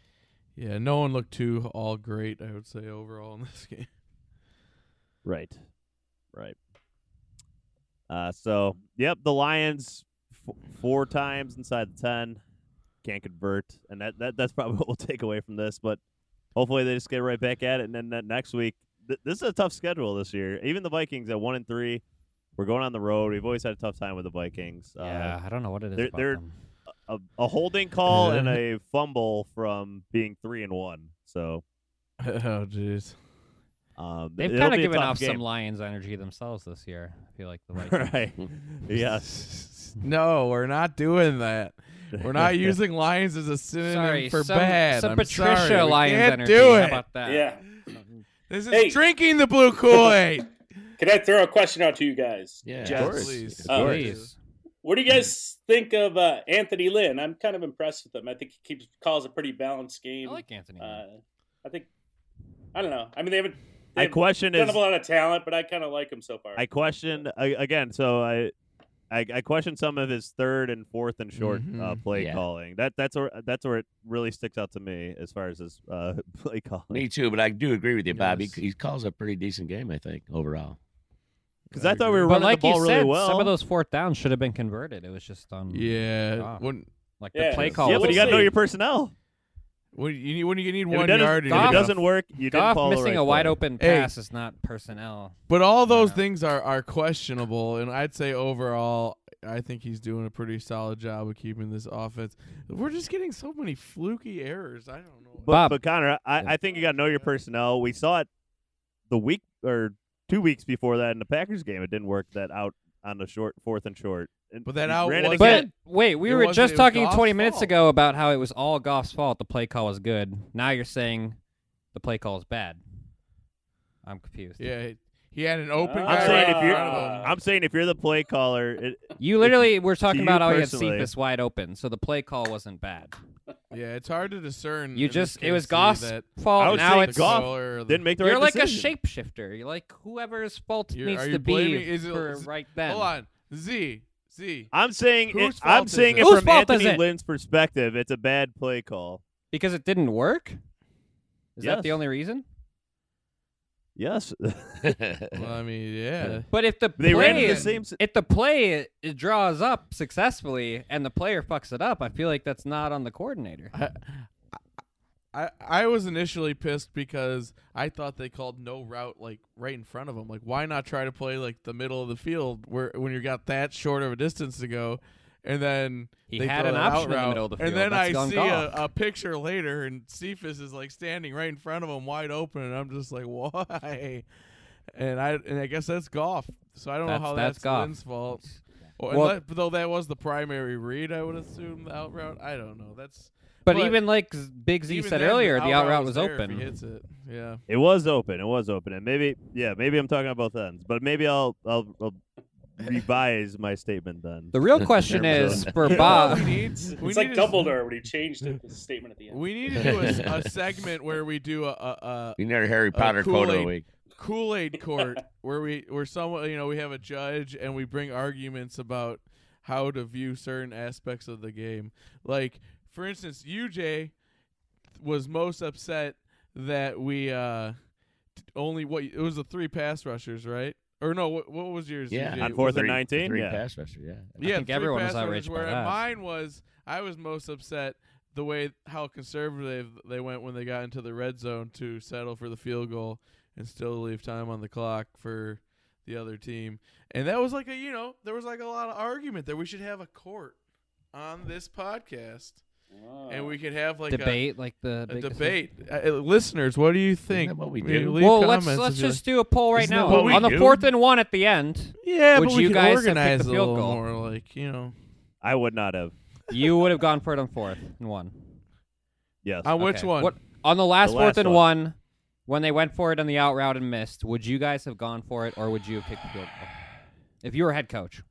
[SPEAKER 6] Yeah, no one looked too all great. I would say overall in this game.
[SPEAKER 1] Right. Right. Uh, so, yep, the Lions f- four times inside the 10 can't convert. And that, that that's probably what we'll take away from this. But hopefully they just get right back at it. And then that next week, th- this is a tough schedule this year. Even the Vikings at 1 and 3, we're going on the road. We've always had a tough time with the Vikings.
[SPEAKER 8] yeah, I don't know what it is
[SPEAKER 1] Uh, they're-
[SPEAKER 8] about
[SPEAKER 1] they're-
[SPEAKER 8] them.
[SPEAKER 1] Uh, a, a holding call and a fumble from being 3 and 1. So,
[SPEAKER 6] oh jeez.
[SPEAKER 1] um,
[SPEAKER 8] They've
[SPEAKER 1] kind of
[SPEAKER 8] given off some Lions energy themselves this year. I feel like the Vikings.
[SPEAKER 1] Right. Yes.
[SPEAKER 6] No, we're not doing that. We're not using lions as a synonym
[SPEAKER 8] Sorry,
[SPEAKER 6] for
[SPEAKER 8] some,
[SPEAKER 6] bad.
[SPEAKER 8] some
[SPEAKER 6] I'm
[SPEAKER 8] Patricia
[SPEAKER 6] sorry. We
[SPEAKER 8] Lions
[SPEAKER 6] can't
[SPEAKER 8] energy.
[SPEAKER 6] do
[SPEAKER 8] How
[SPEAKER 6] it.
[SPEAKER 8] about that?
[SPEAKER 9] Yeah.
[SPEAKER 6] This is
[SPEAKER 9] Hey.
[SPEAKER 6] drinking the blue Kool-Aid.
[SPEAKER 9] Can I throw a question out to you guys?
[SPEAKER 7] Yeah,
[SPEAKER 9] Jets.
[SPEAKER 7] of course.
[SPEAKER 6] Please.
[SPEAKER 7] Of
[SPEAKER 9] Uh,
[SPEAKER 7] course.
[SPEAKER 8] Please.
[SPEAKER 9] What do you guys think of uh, Anthony Lynn? I'm kind of impressed with him. I think he keeps calls a pretty balanced
[SPEAKER 8] I
[SPEAKER 9] game.
[SPEAKER 8] like Anthony.
[SPEAKER 9] uh, I think I don't know. I mean, they haven't. They
[SPEAKER 1] My question
[SPEAKER 9] don't
[SPEAKER 1] is
[SPEAKER 9] have a lot of talent, but I kind of like him so far.
[SPEAKER 1] I questioned I, again. So I, I, I questioned some of his third and fourth and short
[SPEAKER 8] Mm-hmm.
[SPEAKER 1] uh,
[SPEAKER 6] Mhm.
[SPEAKER 1] play
[SPEAKER 7] Yeah.
[SPEAKER 1] calling. That that's where that's where it really sticks out to me as far as his uh, play calling.
[SPEAKER 7] Me too, but I do agree with you, Bob. He,
[SPEAKER 6] Yes.
[SPEAKER 7] he calls a pretty decent game, I think, overall.
[SPEAKER 1] Because I thought we were
[SPEAKER 8] but
[SPEAKER 1] running
[SPEAKER 8] like
[SPEAKER 1] the ball
[SPEAKER 8] you
[SPEAKER 1] really
[SPEAKER 8] said,
[SPEAKER 1] well.
[SPEAKER 8] some of those fourth downs should have been converted. It was just um,
[SPEAKER 6] Yeah.
[SPEAKER 8] Ah.
[SPEAKER 6] When
[SPEAKER 8] like
[SPEAKER 9] Yeah,
[SPEAKER 8] the play
[SPEAKER 9] yeah,
[SPEAKER 8] call.
[SPEAKER 1] yeah,
[SPEAKER 8] was
[SPEAKER 1] but you got to know
[SPEAKER 9] see.
[SPEAKER 1] your personnel.
[SPEAKER 6] when you need, when you need
[SPEAKER 1] If it
[SPEAKER 6] one
[SPEAKER 1] doesn't,
[SPEAKER 6] yard,
[SPEAKER 1] if
[SPEAKER 6] you
[SPEAKER 8] Goff-
[SPEAKER 1] it
[SPEAKER 6] need
[SPEAKER 1] doesn't work, you didn't
[SPEAKER 8] Goff
[SPEAKER 1] follow the
[SPEAKER 8] missing
[SPEAKER 1] right
[SPEAKER 8] a wide
[SPEAKER 1] play.
[SPEAKER 8] open
[SPEAKER 6] Hey.
[SPEAKER 8] pass is not personnel.
[SPEAKER 6] But all those
[SPEAKER 8] Yeah.
[SPEAKER 6] things are are questionable, and I'd say overall, I think he's doing a pretty solid job of keeping this offense. We're just getting so many fluky errors. I don't know.
[SPEAKER 1] But,
[SPEAKER 8] Bob.
[SPEAKER 1] but Connor, I,
[SPEAKER 8] Yeah.
[SPEAKER 1] I think you got to know your personnel. We saw it the week or two weeks before that in the Packers game. It didn't work that out on the short fourth and short. And
[SPEAKER 6] But that
[SPEAKER 1] he
[SPEAKER 6] out
[SPEAKER 1] ran it
[SPEAKER 6] was-
[SPEAKER 1] again.
[SPEAKER 8] But wait, we
[SPEAKER 6] It
[SPEAKER 8] were
[SPEAKER 6] wasn't- it
[SPEAKER 8] just
[SPEAKER 6] was
[SPEAKER 8] talking
[SPEAKER 6] Goff's
[SPEAKER 8] 20 minutes
[SPEAKER 6] fault.
[SPEAKER 8] ago about how it was all Goff's fault. The play call was good. Now you're saying the play call is bad. I'm confused.
[SPEAKER 6] yeah, he had an open.
[SPEAKER 9] I'm
[SPEAKER 1] I'm
[SPEAKER 6] guy
[SPEAKER 1] saying
[SPEAKER 6] right
[SPEAKER 1] if
[SPEAKER 6] in
[SPEAKER 1] you're,
[SPEAKER 6] front of him.
[SPEAKER 1] I'm saying if you're the play caller, it,
[SPEAKER 8] You literally were talking
[SPEAKER 1] you
[SPEAKER 8] about how he
[SPEAKER 1] personally-
[SPEAKER 8] had Cephas wide open, so the play call wasn't bad.
[SPEAKER 6] Yeah, it's hard to
[SPEAKER 1] Hmm,
[SPEAKER 6] discern.
[SPEAKER 8] You
[SPEAKER 6] in this
[SPEAKER 8] just
[SPEAKER 6] case,
[SPEAKER 8] it was
[SPEAKER 6] see
[SPEAKER 8] Goff's
[SPEAKER 6] that
[SPEAKER 1] I
[SPEAKER 8] fault.
[SPEAKER 1] would
[SPEAKER 8] Oh, Now
[SPEAKER 1] say
[SPEAKER 8] it's
[SPEAKER 1] Goff
[SPEAKER 6] or the-
[SPEAKER 1] didn't make the
[SPEAKER 8] you're
[SPEAKER 1] right
[SPEAKER 8] like
[SPEAKER 1] decision.
[SPEAKER 8] a shapeshifter. You're like whoever's fault
[SPEAKER 6] You're-
[SPEAKER 8] needs
[SPEAKER 6] are
[SPEAKER 8] to
[SPEAKER 6] you blaming-
[SPEAKER 8] be
[SPEAKER 6] is it-
[SPEAKER 8] for
[SPEAKER 6] is-
[SPEAKER 8] right then.
[SPEAKER 6] Hold on, Z Z.
[SPEAKER 1] I'm saying it,
[SPEAKER 6] Whose
[SPEAKER 1] I'm
[SPEAKER 6] fault is
[SPEAKER 1] saying
[SPEAKER 6] it?
[SPEAKER 1] it
[SPEAKER 8] Whose
[SPEAKER 1] from
[SPEAKER 8] fault is
[SPEAKER 1] Anthony
[SPEAKER 8] it?
[SPEAKER 1] Lynn's perspective. It's a bad play call.
[SPEAKER 8] Because it didn't work? Is that the
[SPEAKER 1] Yes.
[SPEAKER 8] only reason?
[SPEAKER 1] Yes,
[SPEAKER 6] Well, I mean, yeah.
[SPEAKER 8] But if the play
[SPEAKER 1] they ran into the same. s-
[SPEAKER 8] if the play it, it draws up successfully and the player fucks it up, I feel like that's not on the coordinator.
[SPEAKER 6] I, I I was initially pissed because I thought they called no route like right in front of them. Like, why not try to play like the middle of the field where when you got that short of a distance to go, and then
[SPEAKER 8] He
[SPEAKER 6] they
[SPEAKER 8] had
[SPEAKER 6] throw
[SPEAKER 8] an
[SPEAKER 6] that
[SPEAKER 8] option in the
[SPEAKER 6] out route.
[SPEAKER 8] middle of the
[SPEAKER 6] And
[SPEAKER 8] field.
[SPEAKER 6] then
[SPEAKER 8] That's
[SPEAKER 6] I
[SPEAKER 8] gone
[SPEAKER 6] see
[SPEAKER 8] golf.
[SPEAKER 6] a, a picture later, and Cephas is like standing right in front of him, wide open, and I'm just like, why? And I and I guess that's golf. So I don't
[SPEAKER 8] That's-
[SPEAKER 6] know how
[SPEAKER 8] that's
[SPEAKER 6] that's,
[SPEAKER 8] Goff.
[SPEAKER 6] Lynn's fault. Or
[SPEAKER 8] Well-
[SPEAKER 6] unless- though that was the primary read, I would assume the out route. I don't know. That's
[SPEAKER 8] But,
[SPEAKER 6] But
[SPEAKER 8] even like Z- Big Z
[SPEAKER 6] even
[SPEAKER 8] said
[SPEAKER 6] then,
[SPEAKER 8] earlier, the out
[SPEAKER 6] route
[SPEAKER 8] route was
[SPEAKER 6] there if he
[SPEAKER 8] open.
[SPEAKER 6] hits it. Yeah.
[SPEAKER 1] It was open. It was open, and maybe yeah, maybe I'm talking about ends, but maybe I'll I'll, I'll revise my statement then.
[SPEAKER 8] The real question
[SPEAKER 7] Never
[SPEAKER 8] is
[SPEAKER 7] done.
[SPEAKER 8] for
[SPEAKER 6] You know
[SPEAKER 8] Bob.
[SPEAKER 6] what we need, we
[SPEAKER 9] it's like
[SPEAKER 6] need
[SPEAKER 9] Dumbledore when he changed it, his statement at the
[SPEAKER 6] A,
[SPEAKER 9] end.
[SPEAKER 6] we need to do a, s- a segment where we do a, a,
[SPEAKER 7] You never Harry Potter quote of the
[SPEAKER 6] Kool-Aid.
[SPEAKER 7] week.
[SPEAKER 6] a Kool Aid court where we where someone you know we have a judge and we bring arguments about how to view certain aspects of the game. Like for instance, UJ was most upset that we uh t- only what it was the three pass rushers, right? Or no, what, what was yours?
[SPEAKER 7] Yeah,
[SPEAKER 6] UJ?
[SPEAKER 1] on fourth
[SPEAKER 6] Was
[SPEAKER 1] and
[SPEAKER 6] it-
[SPEAKER 1] nineteen.
[SPEAKER 7] Three
[SPEAKER 1] yeah.
[SPEAKER 7] pass rusher. Yeah.
[SPEAKER 8] I
[SPEAKER 6] yeah,
[SPEAKER 8] think
[SPEAKER 6] three
[SPEAKER 8] everyone was
[SPEAKER 6] pass
[SPEAKER 8] outraged
[SPEAKER 6] rushers, where
[SPEAKER 8] by that.
[SPEAKER 6] Mine was I was most upset the way how conservative they went when they got into the red zone to settle for the field goal and still leave time on the clock for the other team. And that was like a you know, there was like a lot of argument that we should have a court on this podcast and we could have like a-
[SPEAKER 8] debate like the
[SPEAKER 6] a,
[SPEAKER 8] big-
[SPEAKER 6] debate. Uh, listeners, what do you think?
[SPEAKER 7] that what we
[SPEAKER 6] Maybe
[SPEAKER 7] do?
[SPEAKER 6] leave
[SPEAKER 8] Well, let's
[SPEAKER 6] comments
[SPEAKER 8] let's
[SPEAKER 6] if you
[SPEAKER 8] just do a poll right
[SPEAKER 6] Isn't
[SPEAKER 8] now
[SPEAKER 6] that what we
[SPEAKER 8] on the
[SPEAKER 6] do?
[SPEAKER 8] fourth and one at the end.
[SPEAKER 6] like- Yeah,
[SPEAKER 8] Would
[SPEAKER 6] but we
[SPEAKER 8] you
[SPEAKER 6] could
[SPEAKER 8] guys have picked
[SPEAKER 6] organize
[SPEAKER 8] the
[SPEAKER 6] a
[SPEAKER 8] field
[SPEAKER 6] little
[SPEAKER 8] goal?
[SPEAKER 6] more like, you know,
[SPEAKER 1] I would not have.
[SPEAKER 8] You would have gone for it on fourth and one.
[SPEAKER 1] Yes.
[SPEAKER 6] on which
[SPEAKER 8] Okay.
[SPEAKER 6] one?
[SPEAKER 8] What on the last,
[SPEAKER 1] The
[SPEAKER 8] fourth
[SPEAKER 1] last
[SPEAKER 8] and
[SPEAKER 1] one.
[SPEAKER 8] one. when they went for it on the out route and missed? Would you guys have gone for it, or would you have kicked the field goal? If you were head coach,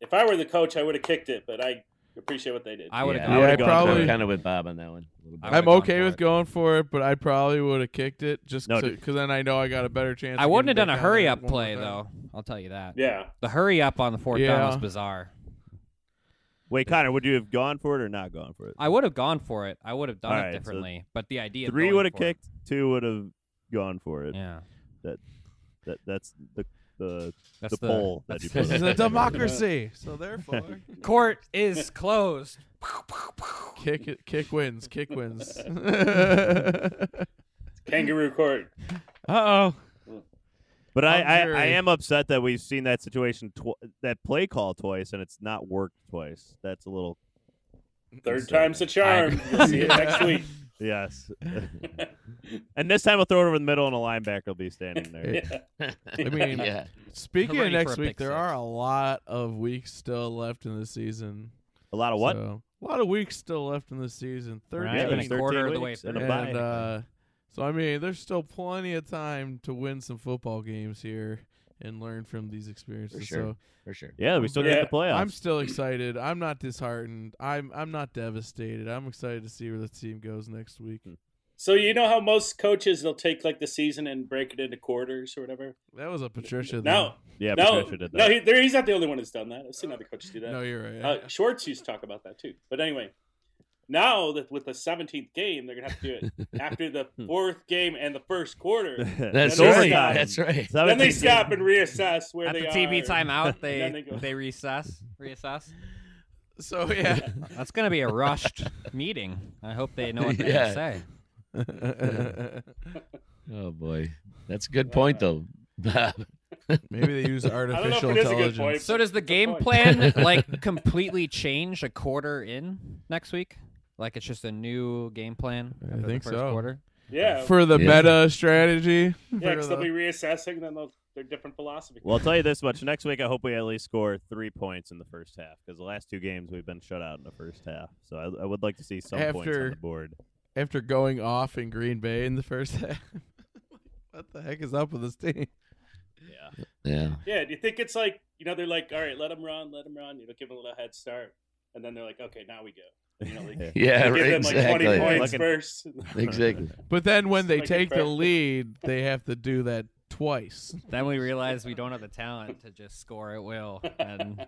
[SPEAKER 9] If I were the coach, I would have kicked it, but I appreciate what they did.
[SPEAKER 8] I would have
[SPEAKER 6] Yeah,
[SPEAKER 8] gone.
[SPEAKER 6] I
[SPEAKER 8] for it.
[SPEAKER 6] probably-
[SPEAKER 7] kind of with Bob on that one. a little bit.
[SPEAKER 8] I
[SPEAKER 6] I'm
[SPEAKER 8] would've gone
[SPEAKER 6] okay
[SPEAKER 8] for
[SPEAKER 6] with
[SPEAKER 8] it.
[SPEAKER 6] going for it, but I probably would have kicked it just
[SPEAKER 1] No,
[SPEAKER 6] because then I know I got a better chance.
[SPEAKER 8] I
[SPEAKER 6] of
[SPEAKER 8] wouldn't have
[SPEAKER 6] getting
[SPEAKER 8] done a
[SPEAKER 6] back on
[SPEAKER 8] hurry
[SPEAKER 6] there
[SPEAKER 8] up
[SPEAKER 6] one more
[SPEAKER 8] play
[SPEAKER 6] time.
[SPEAKER 8] though. I'll tell you that.
[SPEAKER 9] Yeah.
[SPEAKER 8] The hurry up on the fourth down was
[SPEAKER 6] Yeah.
[SPEAKER 8] bizarre.
[SPEAKER 1] Wait, Connor, would you have gone for it or not gone for it?
[SPEAKER 8] I would have gone for it. I would have done
[SPEAKER 1] All
[SPEAKER 8] it
[SPEAKER 1] right, so
[SPEAKER 8] differently. but the idea of
[SPEAKER 1] Three
[SPEAKER 8] going
[SPEAKER 1] would have
[SPEAKER 8] for it-
[SPEAKER 1] kicked. Two would have gone for it.
[SPEAKER 8] Yeah,
[SPEAKER 1] That that's the the
[SPEAKER 8] that's
[SPEAKER 1] the poll that
[SPEAKER 8] that's
[SPEAKER 1] you
[SPEAKER 8] the-
[SPEAKER 1] put.
[SPEAKER 6] This is a democracy, so therefore,
[SPEAKER 8] Court is closed.
[SPEAKER 6] kick it, kick wins, kick wins.
[SPEAKER 9] Kangaroo court.
[SPEAKER 6] oh,
[SPEAKER 1] But I, I, I
[SPEAKER 6] Hungary.
[SPEAKER 1] am upset that we've seen that situation, tw- that play call twice, and it's not worked twice. That's a little
[SPEAKER 9] Third
[SPEAKER 1] Sorry.
[SPEAKER 9] time's a charm. You'll see it next week.
[SPEAKER 1] yes. and this time we'll throw it over the middle, and a linebacker will be standing there.
[SPEAKER 9] Yeah.
[SPEAKER 6] I mean,
[SPEAKER 7] yeah.
[SPEAKER 6] speaking
[SPEAKER 8] Hooray
[SPEAKER 6] of
[SPEAKER 8] for
[SPEAKER 6] next
[SPEAKER 8] a
[SPEAKER 6] week,
[SPEAKER 8] pick
[SPEAKER 6] there
[SPEAKER 8] six.
[SPEAKER 6] are a lot of weeks still left in the season.
[SPEAKER 1] A lot of what?
[SPEAKER 6] So, a lot of weeks still left in the season.
[SPEAKER 8] We're not
[SPEAKER 1] Yeah,
[SPEAKER 8] even
[SPEAKER 1] there's
[SPEAKER 8] a
[SPEAKER 1] 13
[SPEAKER 8] quarter of the way
[SPEAKER 1] weeks
[SPEAKER 8] through.
[SPEAKER 1] and a bye.
[SPEAKER 6] And uh, so I mean, there's still plenty of time to win some football games here and learn from these experiences.
[SPEAKER 7] sure.
[SPEAKER 6] So
[SPEAKER 7] For sure.
[SPEAKER 1] yeah, we still
[SPEAKER 9] Yeah.
[SPEAKER 1] got the playoffs.
[SPEAKER 6] I'm still excited. I'm not disheartened. I'm I'm not devastated. I'm excited to see where the team goes next week.
[SPEAKER 9] Hmm. So you know how most coaches they'll take like the season and break it into quarters or whatever.
[SPEAKER 6] That was a Patricia. thing.
[SPEAKER 9] No,
[SPEAKER 1] Mm-hmm. yeah,
[SPEAKER 9] no,
[SPEAKER 1] Patricia did that.
[SPEAKER 9] no, he, there, he's not the only one who's done that. I've seen other coaches do that.
[SPEAKER 6] no, you're right.
[SPEAKER 9] Uh, Schwartz used to talk about that too. But anyway, now that with the 17th game, they're gonna have to do it after the
[SPEAKER 1] Hmm.
[SPEAKER 9] fourth game and the first quarter.
[SPEAKER 7] That's
[SPEAKER 9] Then they
[SPEAKER 7] right.
[SPEAKER 9] stop.
[SPEAKER 7] That's right.
[SPEAKER 9] Then they
[SPEAKER 1] 17
[SPEAKER 9] stop and reassess where
[SPEAKER 8] At
[SPEAKER 9] they
[SPEAKER 8] the
[SPEAKER 9] are.
[SPEAKER 8] TV timeout, they
[SPEAKER 9] Then they go.
[SPEAKER 8] they recess, reassess.
[SPEAKER 6] so yeah,
[SPEAKER 8] That's gonna be a rushed meeting. I hope they know what they
[SPEAKER 7] Yeah.
[SPEAKER 8] have to say.
[SPEAKER 7] Oh boy, that's a good point though. Bob.
[SPEAKER 6] maybe they use
[SPEAKER 9] I don't know if
[SPEAKER 6] artificial
[SPEAKER 9] it is a good
[SPEAKER 6] intelligence.
[SPEAKER 9] point.
[SPEAKER 8] So does the
[SPEAKER 9] Good
[SPEAKER 8] game
[SPEAKER 9] point.
[SPEAKER 8] plan like completely change a quarter in next week? Like it's just a new game plan.
[SPEAKER 6] I
[SPEAKER 8] after the
[SPEAKER 6] think
[SPEAKER 8] first
[SPEAKER 6] so.
[SPEAKER 8] Quarter?
[SPEAKER 9] Yeah,
[SPEAKER 6] For the
[SPEAKER 7] Yeah.
[SPEAKER 6] meta strategy,
[SPEAKER 9] yeah.
[SPEAKER 6] for
[SPEAKER 9] 'cause they'll
[SPEAKER 6] the-
[SPEAKER 9] be reassessing. Then they'll they're different philosophy.
[SPEAKER 1] Well, I'll tell you this much. Next week, I hope we at least score three points in the first half because the last two games we've been shut out in the first half. So I, I would like to see some points on
[SPEAKER 6] After-
[SPEAKER 1] the board.
[SPEAKER 6] after going off in Green Bay in the first half. what the heck is up with this team?
[SPEAKER 1] Yeah.
[SPEAKER 7] Yeah.
[SPEAKER 9] Yeah, do you think it's like you know they're like, all right, let them run, let them run. You know, give them a little head start, and then they're like, okay, now we go. You know, like,
[SPEAKER 7] Yeah.
[SPEAKER 9] give
[SPEAKER 7] right,
[SPEAKER 9] them like
[SPEAKER 7] exactly.
[SPEAKER 9] twenty points
[SPEAKER 1] Looking-
[SPEAKER 9] first.
[SPEAKER 7] Exactly.
[SPEAKER 6] But then when they
[SPEAKER 9] Like a
[SPEAKER 6] take the
[SPEAKER 9] practice.
[SPEAKER 6] lead, they have to do that twice.
[SPEAKER 8] Then we realize we don't have the talent to just score at will, and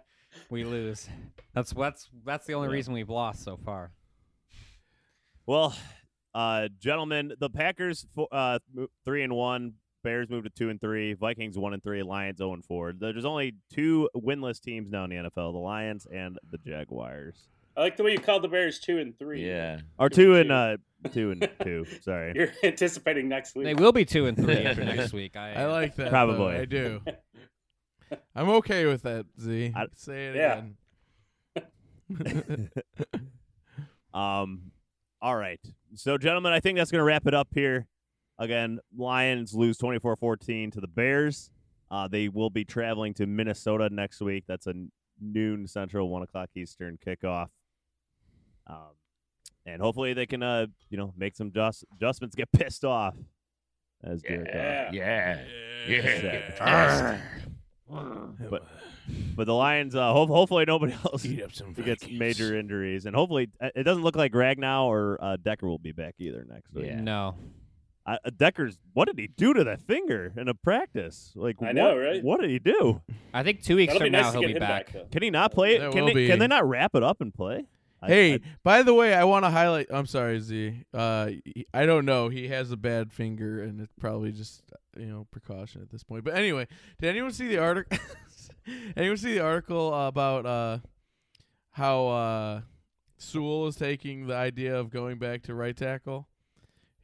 [SPEAKER 8] we lose. That's that's that's the only reason we've lost so far.
[SPEAKER 1] Well, uh, gentlemen, the Packers fo- uh, mo- three and one. Bears moved to two and three. Vikings one and three. Lions zero and four. There's only two winless teams now in the NFL: the Lions and the Jaguars.
[SPEAKER 9] I like the way you called the Bears two and three.
[SPEAKER 7] Yeah.
[SPEAKER 1] Or
[SPEAKER 9] Two
[SPEAKER 1] two
[SPEAKER 9] and
[SPEAKER 1] and uh, two and two. Sorry.
[SPEAKER 9] you're anticipating next week.
[SPEAKER 8] They will be two and three after next week. I,
[SPEAKER 6] I like that. though.
[SPEAKER 1] Probably.
[SPEAKER 6] I do. I'm okay with that, Z.
[SPEAKER 1] I-
[SPEAKER 6] Say it
[SPEAKER 9] Yeah.
[SPEAKER 6] again.
[SPEAKER 1] Um, all right. So, gentlemen, I think that's going to wrap it up here. Again, Lions lose 24 14 to the Bears. Uh, they will be traveling to Minnesota next week. That's a noon Central, 1 o'clock Eastern kickoff. Um, and hopefully they can, uh, you know, make some just- adjustments, get pissed off. As Derek Carr
[SPEAKER 9] Yeah.
[SPEAKER 7] Yeah.
[SPEAKER 1] said.
[SPEAKER 7] Yeah.
[SPEAKER 1] But, but the Lions, uh, ho- hopefully nobody else
[SPEAKER 4] Eat up some
[SPEAKER 1] gets
[SPEAKER 4] Vikings.
[SPEAKER 1] major injuries. And hopefully uh, it doesn't look like Ragnow or uh, Decker will be back either next week.
[SPEAKER 7] Yeah.
[SPEAKER 8] No,
[SPEAKER 1] I, uh, Decker's what did he do to that finger in a practice? Like
[SPEAKER 9] I
[SPEAKER 1] what-
[SPEAKER 9] know, right?
[SPEAKER 1] What did he do?
[SPEAKER 8] I think two weeks
[SPEAKER 9] That'll be
[SPEAKER 8] from
[SPEAKER 9] nice
[SPEAKER 8] now
[SPEAKER 9] to
[SPEAKER 8] he'll
[SPEAKER 9] get
[SPEAKER 8] be
[SPEAKER 9] him back,
[SPEAKER 8] back.
[SPEAKER 9] though.
[SPEAKER 1] Can he not play
[SPEAKER 6] There
[SPEAKER 1] it? Can
[SPEAKER 6] will
[SPEAKER 1] they,
[SPEAKER 6] be.
[SPEAKER 1] can they not wrap it up and play? I-
[SPEAKER 6] Hey,
[SPEAKER 1] I-
[SPEAKER 6] by the way, I want to highlight. I'm sorry, Z. Uh, he- I don't know. He has a bad finger, and it's probably just uh, you know precaution at this point. But anyway, did anyone see the article? anyone see the article about uh, how uh, Sewell is taking the idea of going back to right tackle?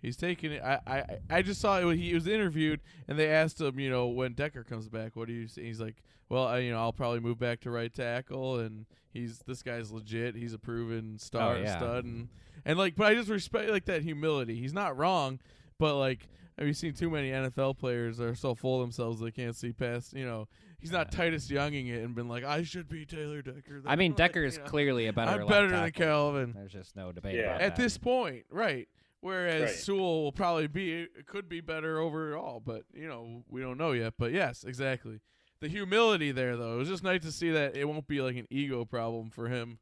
[SPEAKER 6] He's taking it. I, I, I just saw it. when He was interviewed, and they asked him, you know, when Decker comes back, what do you see? He's like, well, I, you know, I'll probably move back to right tackle, and he's this guy's legit. He's a proven star
[SPEAKER 8] Oh, yeah.
[SPEAKER 6] stud, and and like, but I just respect like that humility. He's not wrong, but like, have you seen too many NFL players that are so full of themselves they can't see past? You know, he's not Titus Younging it and been like, I should be Taylor Decker.
[SPEAKER 8] I mean,
[SPEAKER 6] Like,
[SPEAKER 8] Decker is
[SPEAKER 6] you know,
[SPEAKER 8] clearly a better.
[SPEAKER 6] I'm
[SPEAKER 8] left
[SPEAKER 6] better than
[SPEAKER 8] tackle.
[SPEAKER 6] Calvin
[SPEAKER 8] There's just no debate
[SPEAKER 9] Yeah.
[SPEAKER 8] about
[SPEAKER 6] at
[SPEAKER 8] that.
[SPEAKER 6] this point, right? Whereas
[SPEAKER 9] Right.
[SPEAKER 6] Sewell will probably be could be better overall, but you know we don't know yet. But yes, exactly. The humility there, though, it was just nice to see that it won't be like an ego problem for him.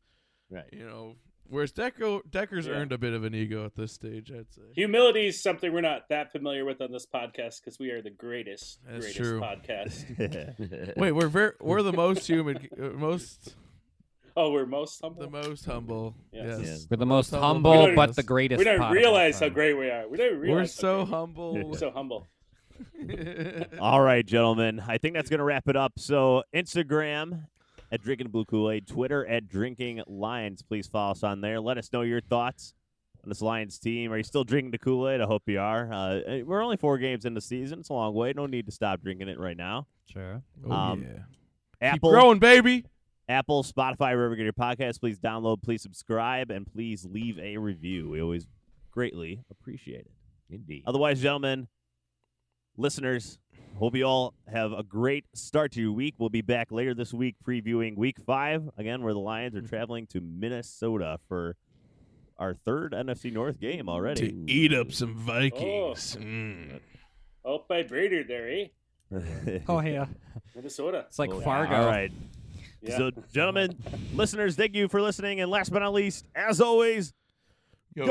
[SPEAKER 7] Right.
[SPEAKER 6] You know, whereas Decker Decker's
[SPEAKER 9] Yeah.
[SPEAKER 6] earned a bit of an ego at this stage, I'd say.
[SPEAKER 9] Humility is something we're not that familiar with on this podcast because we are the greatest,
[SPEAKER 6] That's
[SPEAKER 9] greatest
[SPEAKER 6] true.
[SPEAKER 9] podcast.
[SPEAKER 6] Wait, we're very, we're the most human, uh, most
[SPEAKER 9] Oh, we're most humble.
[SPEAKER 6] the most humble.
[SPEAKER 9] Yes.
[SPEAKER 6] Yes,
[SPEAKER 1] Yeah.
[SPEAKER 8] We're the most
[SPEAKER 6] humble
[SPEAKER 8] humble,
[SPEAKER 9] podcast.
[SPEAKER 8] but the greatest.
[SPEAKER 9] we don't
[SPEAKER 8] pod of
[SPEAKER 9] realize
[SPEAKER 8] all
[SPEAKER 9] how
[SPEAKER 8] time.
[SPEAKER 9] great we are. We don't realize
[SPEAKER 6] We're
[SPEAKER 9] how
[SPEAKER 6] so
[SPEAKER 9] great we are.
[SPEAKER 6] humble.
[SPEAKER 9] We're so humble.
[SPEAKER 1] All right, gentlemen. I think that's going to wrap it up. So, Instagram at Drinking Blue Kool Aid, Twitter at Drinking Lions. Please follow us on there. Let us know your thoughts on this Lions team. Are you still drinking the Kool Aid? I hope you are. Uh, we're only four games in the season. It's a long way. No need to stop drinking it right now.
[SPEAKER 8] Sure.
[SPEAKER 6] oh,
[SPEAKER 1] Um,
[SPEAKER 6] yeah.
[SPEAKER 1] Apple,
[SPEAKER 6] Keep growing, baby.
[SPEAKER 1] Apple, Spotify, wherever you get your podcast. Please download, please subscribe, and please leave a review. We always greatly appreciate it.
[SPEAKER 7] Indeed.
[SPEAKER 1] Otherwise, gentlemen, listeners, hope you all have a great start to your week. We'll be back later this week previewing week five, again, where the Lions are traveling to Minnesota for our third NFC North game already.
[SPEAKER 6] To eat up some
[SPEAKER 9] Vikings.
[SPEAKER 6] Vikings. Mm.
[SPEAKER 9] Oh, by Breeder there, eh?
[SPEAKER 8] Oh yeah.
[SPEAKER 9] Minnesota.
[SPEAKER 8] It's like
[SPEAKER 1] Oh,
[SPEAKER 8] Fargo.
[SPEAKER 1] All right.
[SPEAKER 9] Yeah.
[SPEAKER 1] So, gentlemen, listeners, thank you for listening. And last but not least, as always, Go.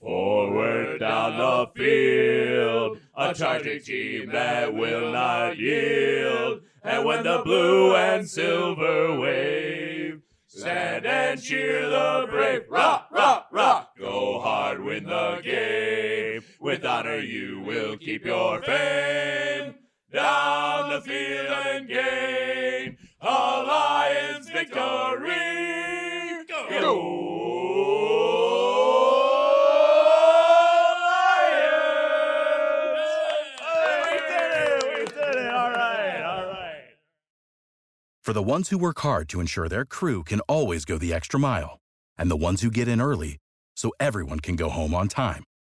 [SPEAKER 1] Forward down the field, a charging team that will not yield. And when the blue and silver wave, stand and cheer the brave. Rock, rock, rock, go hard, win the game. With honor, you will keep your fame. Down the field and gain a Lions victory.
[SPEAKER 10] For the ones who work hard to ensure their crew can always go the extra mile, and the ones who get in early so everyone can go home on time,